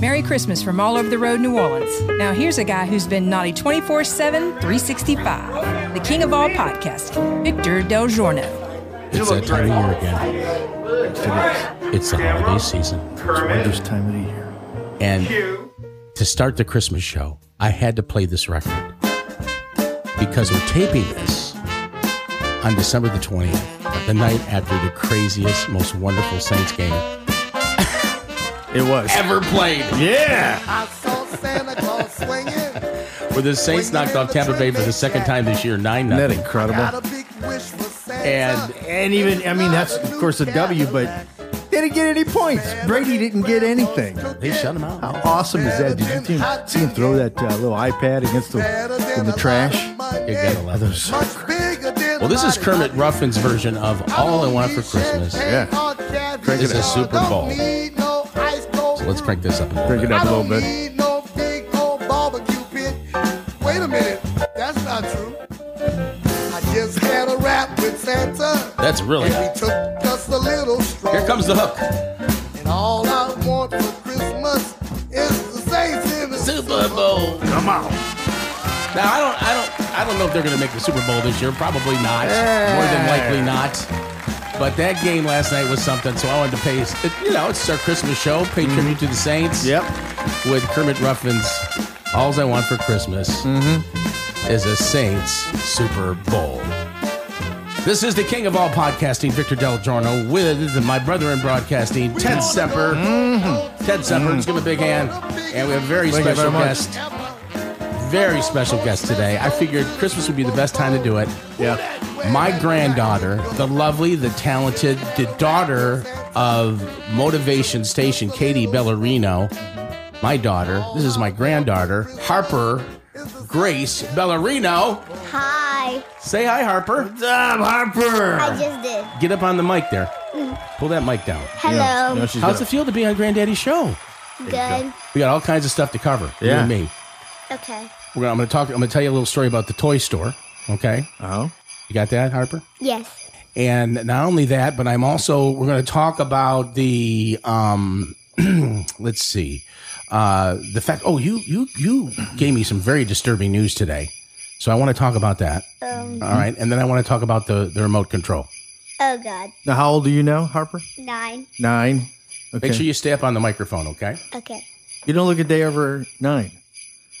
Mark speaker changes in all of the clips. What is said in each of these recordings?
Speaker 1: Merry Christmas from all over the road, New Orleans. Now, here's a guy who's been naughty 24 7, 365. The king of all podcasting, Victor Del Giorno.
Speaker 2: It's that time of year again. It's the holiday season.
Speaker 3: Wondrous time of the year.
Speaker 2: And to start the Christmas show, I had to play this record because I'm taping this on December the 20th, the night after the craziest, most wonderful Saints game
Speaker 3: It was.
Speaker 2: ever played,
Speaker 3: Yeah.
Speaker 4: I saw Santa Claus swinging.
Speaker 2: where the Saints knocked off Tampa Bay for the second time this year, 9
Speaker 3: Isn't that
Speaker 2: 0.
Speaker 4: Got
Speaker 3: incredible?
Speaker 4: a big wish for Santa.
Speaker 2: And
Speaker 3: And even, I mean, that's, of course, a W, but they didn't get any points. Brady didn't get anything.
Speaker 2: they shut him out.
Speaker 3: How awesome is that? Did you think- see him throw that uh, little iPad against the, in the trash?
Speaker 2: You gotta love it.
Speaker 4: Much bigger than
Speaker 2: Well, this is Kermit Ruffin's version of All I Want for Christmas.
Speaker 3: Yeah. Crank
Speaker 2: It's
Speaker 3: it
Speaker 2: a
Speaker 3: up.
Speaker 2: Super Bowl. So let's crank this up a little
Speaker 3: Crank it
Speaker 2: bit.
Speaker 3: up
Speaker 4: I
Speaker 3: a little
Speaker 4: don't
Speaker 3: bit.
Speaker 4: need no big old barbecue pit. Wait a minute, that's not true. I just had a rap with Santa.
Speaker 2: That's really.
Speaker 4: And we took just a little stroll.
Speaker 2: Oh, Here comes the hook.
Speaker 4: And all I want for Christmas is the Saints in the
Speaker 2: Super Bowl.
Speaker 3: Come on.
Speaker 2: Now I don't, I don't, I don't know if they're going to make the Super Bowl this year. Probably not. More than likely not. But that game last night was something. So I wanted to pay. You know, it's our Christmas show. Pay tribute to the Saints.
Speaker 3: Yep.
Speaker 2: With Kermit Ruffin's "All's I Want for Christmas" is a Saints Super Bowl. This is the king of all podcasting, Victor Del Giorno, with my brother in broadcasting, Ted Sepper. Ted Sepper, let's give him a big hand. And we have a very
Speaker 3: Thank you
Speaker 2: special
Speaker 3: very much.
Speaker 2: guest very special guest today. I figured Christmas would be the best time to do it.
Speaker 3: Yeah.
Speaker 2: My granddaughter, the lovely, the talented, the daughter of motivation station Katie Bellarino, my daughter, this is my granddaughter, Harper Grace Bellarino.
Speaker 5: Hi,
Speaker 2: Say hi, Harper.
Speaker 5: I
Speaker 3: Harper.
Speaker 5: just did.
Speaker 2: Get up on the mic there. Pull that mic down.
Speaker 5: Hello,
Speaker 3: No, she's
Speaker 2: How's
Speaker 3: not.
Speaker 2: it feel to be on Granddaddy's show?
Speaker 5: good.
Speaker 2: We got all kinds of stuff to cover. You
Speaker 3: Yeah.
Speaker 2: and me.
Speaker 5: Okay.
Speaker 2: We're gonna, I'm going to talk. I'm going to tell you a little story about the toy store. Okay.
Speaker 3: Oh.
Speaker 2: You got that, Harper?
Speaker 5: Yes.
Speaker 2: And not only that, but I'm also we're going to talk about the um, let's see, uh, the fact. Oh, you you you gave me some very disturbing news today, so I want to talk about that.
Speaker 5: Um.
Speaker 2: All right, and then I want to talk about the the remote control.
Speaker 5: Oh God.
Speaker 3: Now, how old are you now, Harper?
Speaker 5: Nine.
Speaker 3: Nine. Okay.
Speaker 2: Make sure you stay up on the microphone, okay?
Speaker 5: Okay.
Speaker 3: You don't look a day over nine.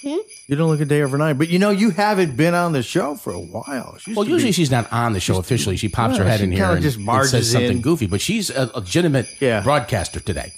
Speaker 5: Hmm?
Speaker 3: You don't look a day over nine. But you know, you haven't been on the show for a while. She used
Speaker 2: Well,
Speaker 3: to
Speaker 2: usually
Speaker 3: be-
Speaker 2: she's not on the show officially. She pops
Speaker 3: Well,
Speaker 2: her head
Speaker 3: she
Speaker 2: in here
Speaker 3: kinda
Speaker 2: and,
Speaker 3: just
Speaker 2: and says
Speaker 3: barges
Speaker 2: something
Speaker 3: in.
Speaker 2: goofy, but she's a legitimate
Speaker 3: Yeah.
Speaker 2: broadcaster today.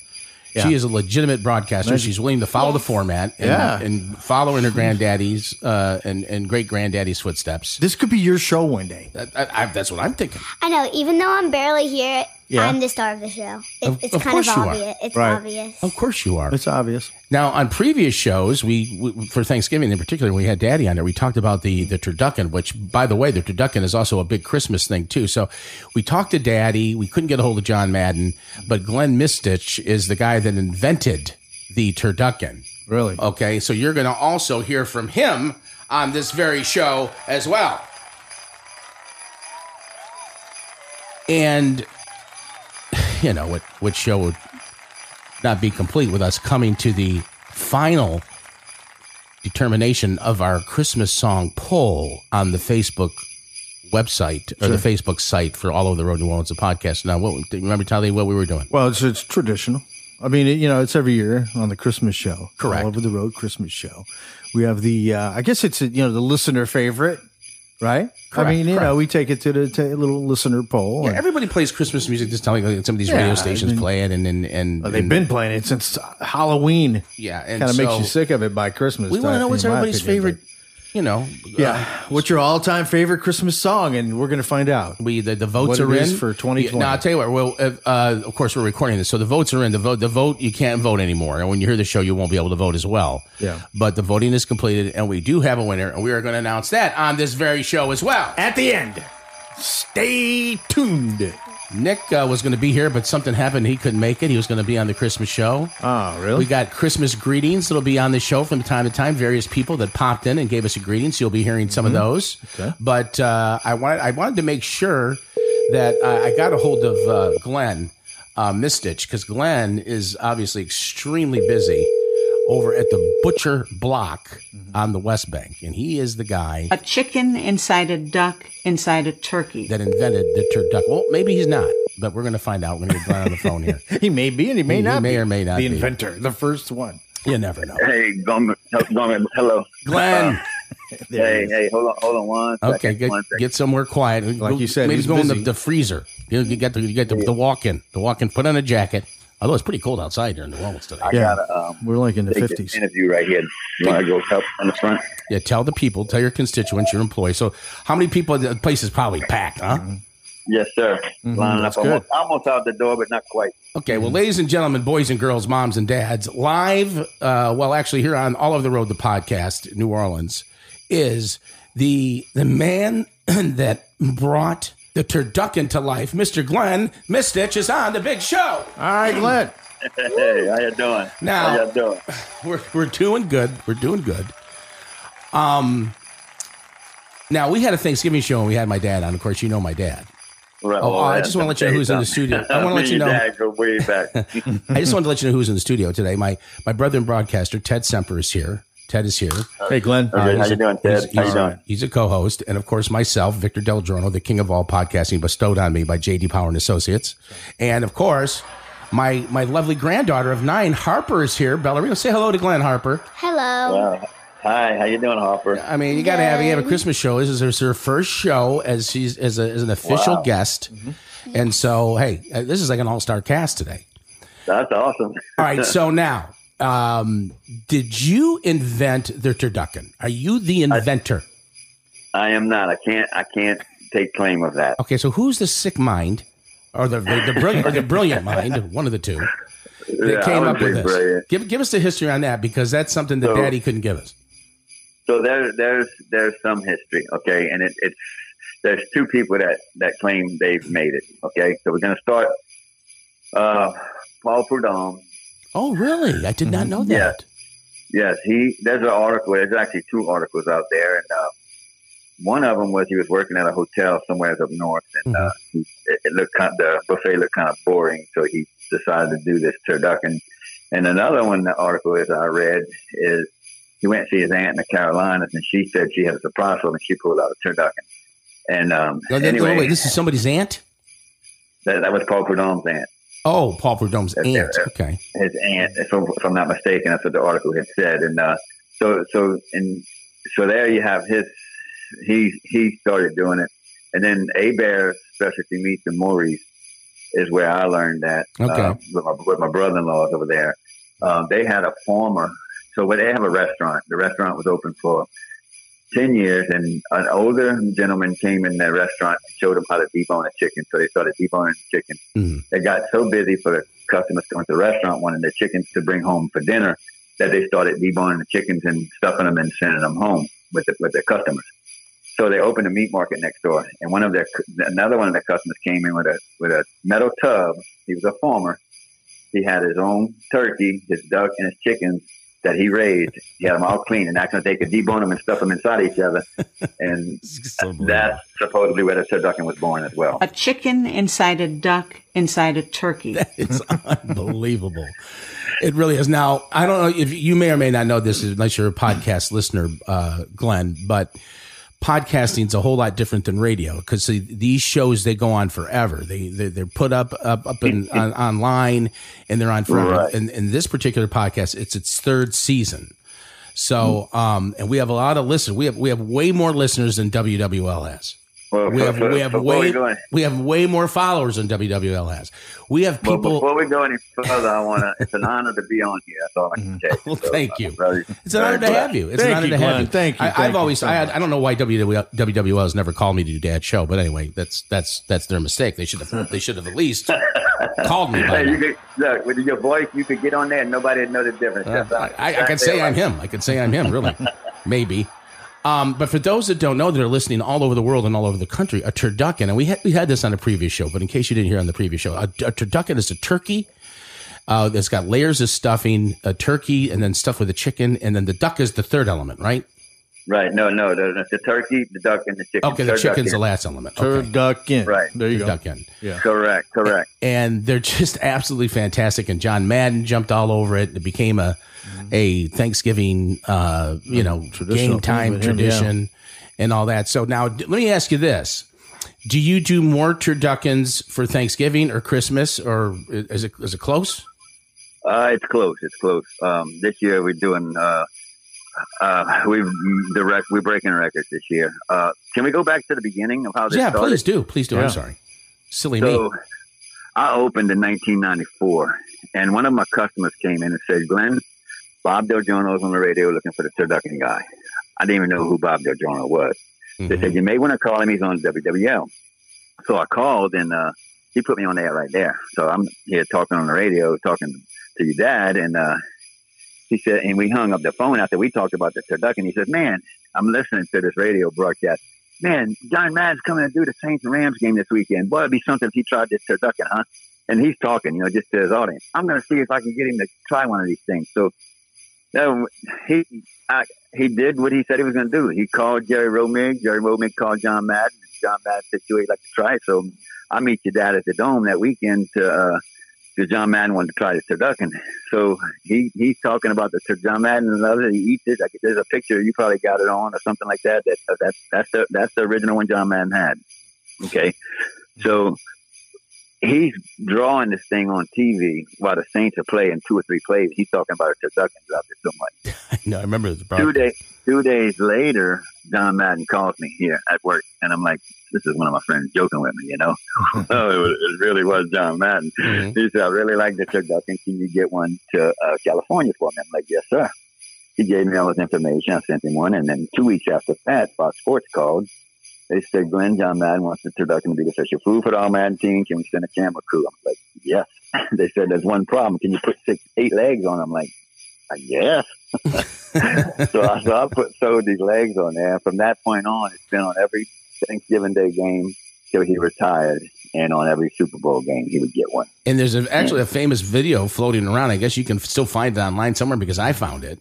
Speaker 3: Yeah.
Speaker 2: She is a legitimate broadcaster. She's willing to follow the format and,
Speaker 3: Yeah.
Speaker 2: and follow in her granddaddy's uh, and, and great granddaddy's footsteps.
Speaker 3: This could be your show one day.
Speaker 2: That- I, I, that's what I'm thinking.
Speaker 5: I know. Even though I'm barely here,
Speaker 3: Yeah.
Speaker 5: I'm the star of the show. It,
Speaker 2: Of-
Speaker 5: it's
Speaker 2: of
Speaker 5: kind of
Speaker 2: course you are. Oh.
Speaker 5: obvious. It's
Speaker 3: Right.
Speaker 5: obvious.
Speaker 2: Of course you are.
Speaker 3: It's obvious.
Speaker 2: Now, on previous shows, we, we for Thanksgiving in particular, we had Daddy on there. We talked about the the turducken, which, by the way, the turducken is also a big Christmas thing too. So, we talked to Daddy. We couldn't get a hold of John Madden, but Glenn Mistich is the guy that invented the turducken.
Speaker 3: Really?
Speaker 2: Okay, so you're going to also hear from him on this very show as well. And you know what? What show would not be complete with us coming to the final determination of our Christmas song poll on the Facebook website or the Facebook site for All Over the Road New Orleans, a podcast. Now, what, remember, Tali, what we were doing?
Speaker 3: Well, it's, it's traditional. I mean, it, you know, it's every year on the Christmas show.
Speaker 2: Correct.
Speaker 3: All over the road Christmas show. We have the, uh, I guess it's, you know, the listener favorite, right?
Speaker 2: Correct,
Speaker 3: I mean, you
Speaker 2: correct.
Speaker 3: know, we take it to the to a little listener poll. and-
Speaker 2: Everybody plays Christmas music. Just telling like, some of these
Speaker 3: Yeah,
Speaker 2: radio
Speaker 3: I
Speaker 2: stations
Speaker 3: mean-
Speaker 2: play it, and and, and,
Speaker 3: They've
Speaker 2: and-
Speaker 3: been playing it since Halloween.
Speaker 2: Yeah, and
Speaker 3: kind of makes
Speaker 2: so-
Speaker 3: you sick of it by Christmas.
Speaker 2: We want to
Speaker 3: time,
Speaker 2: know what's
Speaker 3: in my
Speaker 2: everybody's
Speaker 3: opinion,
Speaker 2: favorite.
Speaker 3: but-
Speaker 2: You know,
Speaker 3: Yeah, Uh, what's your all-time favorite Christmas song? And we're gonna find out.
Speaker 2: We the, the votes
Speaker 3: What it
Speaker 2: are in
Speaker 3: is for 2020.
Speaker 2: Now I'll tell you what. Well, uh, uh, of course we're recording this, so the votes are in. The vote, the vote, you can't vote anymore. And when you hear the show, you won't be able to vote as well.
Speaker 3: Yeah.
Speaker 2: But the voting is completed, and we do have a winner, and we are going to announce that on this very show as well.
Speaker 3: At the end, stay tuned.
Speaker 2: Nick uh, was going to be here, but something happened. He couldn't make it. He was going to be on the Christmas show.
Speaker 3: Oh,
Speaker 2: We
Speaker 3: really?
Speaker 2: got Christmas greetings that'll be on the show from time to time. Various people that popped in and gave us a greeting, so you'll be hearing some of those.
Speaker 3: Mm-hmm. Okay.
Speaker 2: But uh, I wanted I wanted to make sure that I, I got a hold of uh, Glenn uh, Mistich because Glenn is obviously extremely busy over at the Butcher Block
Speaker 3: Mm-hmm.
Speaker 2: on the West Bank, and he is the guy
Speaker 6: A chicken inside a duck inside a turkey.
Speaker 2: that invented the turducken. Well, maybe he's not, but we're going to find out. We're going to get Glenn on the phone here.
Speaker 3: He may be and he may
Speaker 2: He- he
Speaker 3: not
Speaker 2: may
Speaker 3: be
Speaker 2: or may not
Speaker 3: the
Speaker 2: be.
Speaker 3: inventor, the first one.
Speaker 2: You never know.
Speaker 7: Hey, Gum, he- Gum, hello.
Speaker 2: Glenn.
Speaker 3: There he
Speaker 7: Hey,
Speaker 3: is.
Speaker 7: hey, hold on, hold on one second.
Speaker 2: Okay, get,
Speaker 7: one second.
Speaker 2: get somewhere quiet.
Speaker 3: Like you said,
Speaker 2: maybe
Speaker 3: he's
Speaker 2: go in the,
Speaker 3: busy.
Speaker 2: the freezer. You, you get the you get the, the walk in, the walk in. Put on a jacket. Although it's pretty cold outside during the wellness today.
Speaker 7: I
Speaker 3: Yeah.
Speaker 7: gotta um,
Speaker 3: We're like in the
Speaker 7: take this
Speaker 3: fifties.
Speaker 7: interview right here. You want to go up on the front?
Speaker 2: Yeah, tell the people, tell your constituents, your employees. So, how many people? The place is probably packed, huh?
Speaker 7: Yes, sir.
Speaker 2: Mm-hmm,
Speaker 7: Lining
Speaker 3: that's
Speaker 7: up almost, almost out the door, but not quite.
Speaker 2: Okay, well, ladies and gentlemen, boys and girls, moms and dads, live, uh, well, actually, here on All Over the Road, the podcast, New Orleans, is the the man that brought the turducken to life, Mr. Glenn Mistich, is on the big show.
Speaker 3: All right, Glenn.
Speaker 7: Hey, how you doing?
Speaker 2: Now-
Speaker 7: how you doing?
Speaker 2: We're, we're doing good. We're doing good. Um, now, we had a Thanksgiving show and we had my dad on. Of course, you know my dad.
Speaker 7: Right,
Speaker 2: Oh,
Speaker 7: well,
Speaker 2: I
Speaker 7: that's
Speaker 2: just wanna let you know who's in the studio. I wanna let
Speaker 7: Me
Speaker 2: you
Speaker 7: and
Speaker 2: know-
Speaker 7: Dad go way back.
Speaker 2: I just wanted to let you know who's in the studio today. My my brother and broadcaster Ted Semper is here. Ted is here.
Speaker 3: Hey, Glenn.
Speaker 7: Okay,
Speaker 2: he's
Speaker 7: how you
Speaker 2: a-
Speaker 7: doing, Ted?
Speaker 2: He's,
Speaker 7: How
Speaker 2: he's-
Speaker 7: you doing?
Speaker 2: He's a co-host, and of course myself, Victor Del Giorno, the king of all podcasting, bestowed on me by JD Power and Associates, and of course my my lovely granddaughter of nine, Harper, is here. Ballerina, say hello to Glenn Harper.
Speaker 5: Hello.
Speaker 7: Wow. Uh, Hi, how you doing, Hopper?
Speaker 2: I mean, you got to have you have a Christmas show. This is her, it's her first show as she's as, a, as an official
Speaker 7: Wow. Mm-hmm.
Speaker 2: guest, and so hey, uh, this is like an all star cast today.
Speaker 7: That's awesome.
Speaker 2: All right. So now, um, did you invent the turducken? Are you the inventor?
Speaker 7: I am not. I can't. I can't take claim of that.
Speaker 2: Okay. So who's the sick mind, or the the, the brilliant, or the brilliant mind? One of the two that
Speaker 7: Yeah, I
Speaker 2: came
Speaker 7: would
Speaker 2: up with
Speaker 7: say
Speaker 2: this.
Speaker 7: brilliant.
Speaker 2: Give give us the history on that because that's something that
Speaker 7: So-
Speaker 2: Daddy couldn't give us.
Speaker 7: So there, there's there's some history, okay, and it, it's there's two people that that claim they've made it, okay. So we're gonna start. Uh, Paul Prudhomme.
Speaker 2: Oh, really? I did
Speaker 7: Mm-hmm.
Speaker 2: not know that.
Speaker 7: Yes, he. There's an article. There's actually two articles out there, and uh, one of them was he was working at a hotel somewhere up north, and uh,
Speaker 2: Mm-hmm.
Speaker 7: he, it, it looked kind the buffet looked kind of boring, so he decided to do this turducken. And another one, the article is I read is he went to see his aunt in the Carolinas, and she said she had a surprise for him, and she pulled out a turducken. And um,
Speaker 2: Oh, that-
Speaker 7: anyway,
Speaker 2: oh, wait, this is somebody's aunt.
Speaker 7: that, that was Paul Prudhomme's aunt.
Speaker 2: Oh, Paul Prudhomme's
Speaker 7: That's
Speaker 2: aunt.
Speaker 7: it.
Speaker 2: Okay.
Speaker 7: his aunt, if I'm, if I'm not mistaken, that's what the article had said. And uh, so, so, and so there you have his. He he started doing it, and then A Bear Specialty Meats and Maurice is where I learned that.
Speaker 2: Okay.
Speaker 7: uh, with my with my brother in laws over there, um, they had a former. So when they have a restaurant, the restaurant was open for ten years, and an older gentleman came in their restaurant and showed them how to debone a chicken. So they started deboning the chicken it got so busy for the customers coming to the restaurant wanting their chickens to bring home for dinner that they started deboning the chickens and stuffing them and sending them home with the, with their customers. So they opened a meat market next door, and one of their another one of their customers came in with a with a metal tub. He was a farmer. He had his own turkey, his duck, and his chickens that he raised. He had them all clean, and that's when they could debone them and stuff them inside each other. And that's supposedly where the turducken was born as well.
Speaker 6: A chicken inside a duck inside a turkey.
Speaker 2: It's unbelievable. It really is. Now, I don't know if you may or may not know this unless you're a podcast listener, uh, Glenn, but podcasting's a whole lot different than radio because these shows they go on forever. They, they they're put up up up in, on, online and they're on forever.
Speaker 7: Right.
Speaker 2: And, and this particular podcast, it's its third season. So, um, and we have a lot of listeners. We have we have way more listeners than WWL has.
Speaker 7: Well,
Speaker 2: We
Speaker 7: so-
Speaker 2: have
Speaker 7: so-
Speaker 2: we have
Speaker 7: so where we
Speaker 2: way
Speaker 7: going?
Speaker 2: we have way more followers than WWL has. We have
Speaker 7: Well,
Speaker 2: people.
Speaker 7: before we go any further, I want to. It's an honor to be on here. That's all I can say.
Speaker 2: Mm-hmm. Well,
Speaker 7: So,
Speaker 2: thank
Speaker 7: I'm
Speaker 2: you.
Speaker 7: very-
Speaker 2: It's an honor to
Speaker 7: very
Speaker 2: have you. It's
Speaker 3: Thank
Speaker 2: an honor
Speaker 3: you,
Speaker 2: to have
Speaker 3: Glenn.
Speaker 2: you.
Speaker 3: Thank you.
Speaker 2: I,
Speaker 3: Thank
Speaker 2: I've
Speaker 3: you
Speaker 2: always,
Speaker 3: so
Speaker 2: I,
Speaker 3: much.
Speaker 2: I don't know why WWL, WWL has never called me to do Dad's show, but anyway, that's that's that's their mistake. They should have they should have at least called me.
Speaker 7: glad.
Speaker 2: By
Speaker 7: Hey, you
Speaker 2: now.
Speaker 7: could, look with your voice, you could get on there, and nobody would know the difference. That's all.
Speaker 2: Uh, I, I could say I'm him. I could say I'm him. Really, maybe. Um, but for those that don't know, that are listening all over the world and all over the country, a turducken, and we had we had this on a previous show, but in case you didn't hear on the previous show, a, a turducken is a turkey uh, that's got layers of stuffing, a turkey, and then stuff with a chicken, and then the duck is the third element, right?
Speaker 7: Right. No, no, no, no. The turkey, the duck, and the chicken.
Speaker 2: Okay, the
Speaker 7: Turducken.
Speaker 2: chicken's the last element. Okay,
Speaker 3: Turducken.
Speaker 7: Right.
Speaker 3: There you go.
Speaker 2: turducken.
Speaker 3: Yeah.
Speaker 7: Correct. Correct.
Speaker 2: and they're just absolutely fantastic. And John Madden jumped all over it. It became a a Thanksgiving, uh, you know,
Speaker 3: Mm-hmm. Traditional
Speaker 2: game time
Speaker 3: thing with him, yeah.
Speaker 2: tradition and all that. So now, d- let me ask you this: Do you do more turduckens for Thanksgiving or Christmas, or i- is it is it close?
Speaker 7: Uh, it's close. It's close. Um, this year we're doing. Uh, uh, we've the rec- we're breaking records this year. Uh, can we go back to the beginning of how this
Speaker 2: yeah,
Speaker 7: started?
Speaker 2: please do, please do.
Speaker 3: Oh, Yeah.
Speaker 2: I'm sorry, silly me.
Speaker 7: So I opened in 1994, and one of my customers came in and said, Glenn, Bob Del Giorno is on the radio looking for the turducken guy. I didn't even know who Bob Del Giorno was. They
Speaker 2: Mhm.
Speaker 7: said, You may want to call him. He's on WWL. So I called, and uh, he put me on the air right there. So I'm here talking on the radio, talking to your dad, and uh, he said, and we hung up the phone after we talked about the turducken. He said, Man, I'm listening to this radio broadcast. Man, John Madden's coming to do the Saints and Rams game this weekend. Boy, it'd be something if he tried this turducken, huh? And he's talking, you know, just to his audience. I'm going to see if I can get him to try one of these things. So no, he I, he did what he said he was going to do. He called Jerry Romig. Jerry Romig called John Madden. John Madden said, "You would like to try it." So I meet your dad at the dome that weekend to uh, to John Madden wanted to try this turducken. So he he's talking about the tur- John Madden and others. He eats it. Like, there's a picture you probably got it on or something like that. That that's that's the that's the original one John Madden had. Okay, so he's drawing this thing on TV while the Saints are playing two or three plays. He's talking about a turducken out there so much
Speaker 2: no, I remember the
Speaker 7: two
Speaker 2: broadcast.
Speaker 7: days two days later, John Madden calls me here at work, and I'm like, "This is one of my friends joking with me," you know. oh, it, was, it really was John Madden.
Speaker 2: Mhm.
Speaker 7: He said, "I really like the turducken. Can you get one to uh, California for me?" I'm like, "Yes, sir." He gave me all his information. I sent him one, and then two weeks after that, Fox Sports called. They said, "Glenn, John Madden wants the turducken to be the official food for the All Madden team. Can we send a camera crew?" I'm like, "Yes." they said, "There's one problem. Can you put six, eight legs on?" I'm like, "I guess." so, I, so I put sewed these legs on there. From that point on, it's been on every Thanksgiving Day game till he retired, and on every Super Bowl game he would get one.
Speaker 2: And there's a, actually a famous video floating around. I guess you can still find it online somewhere because I found it.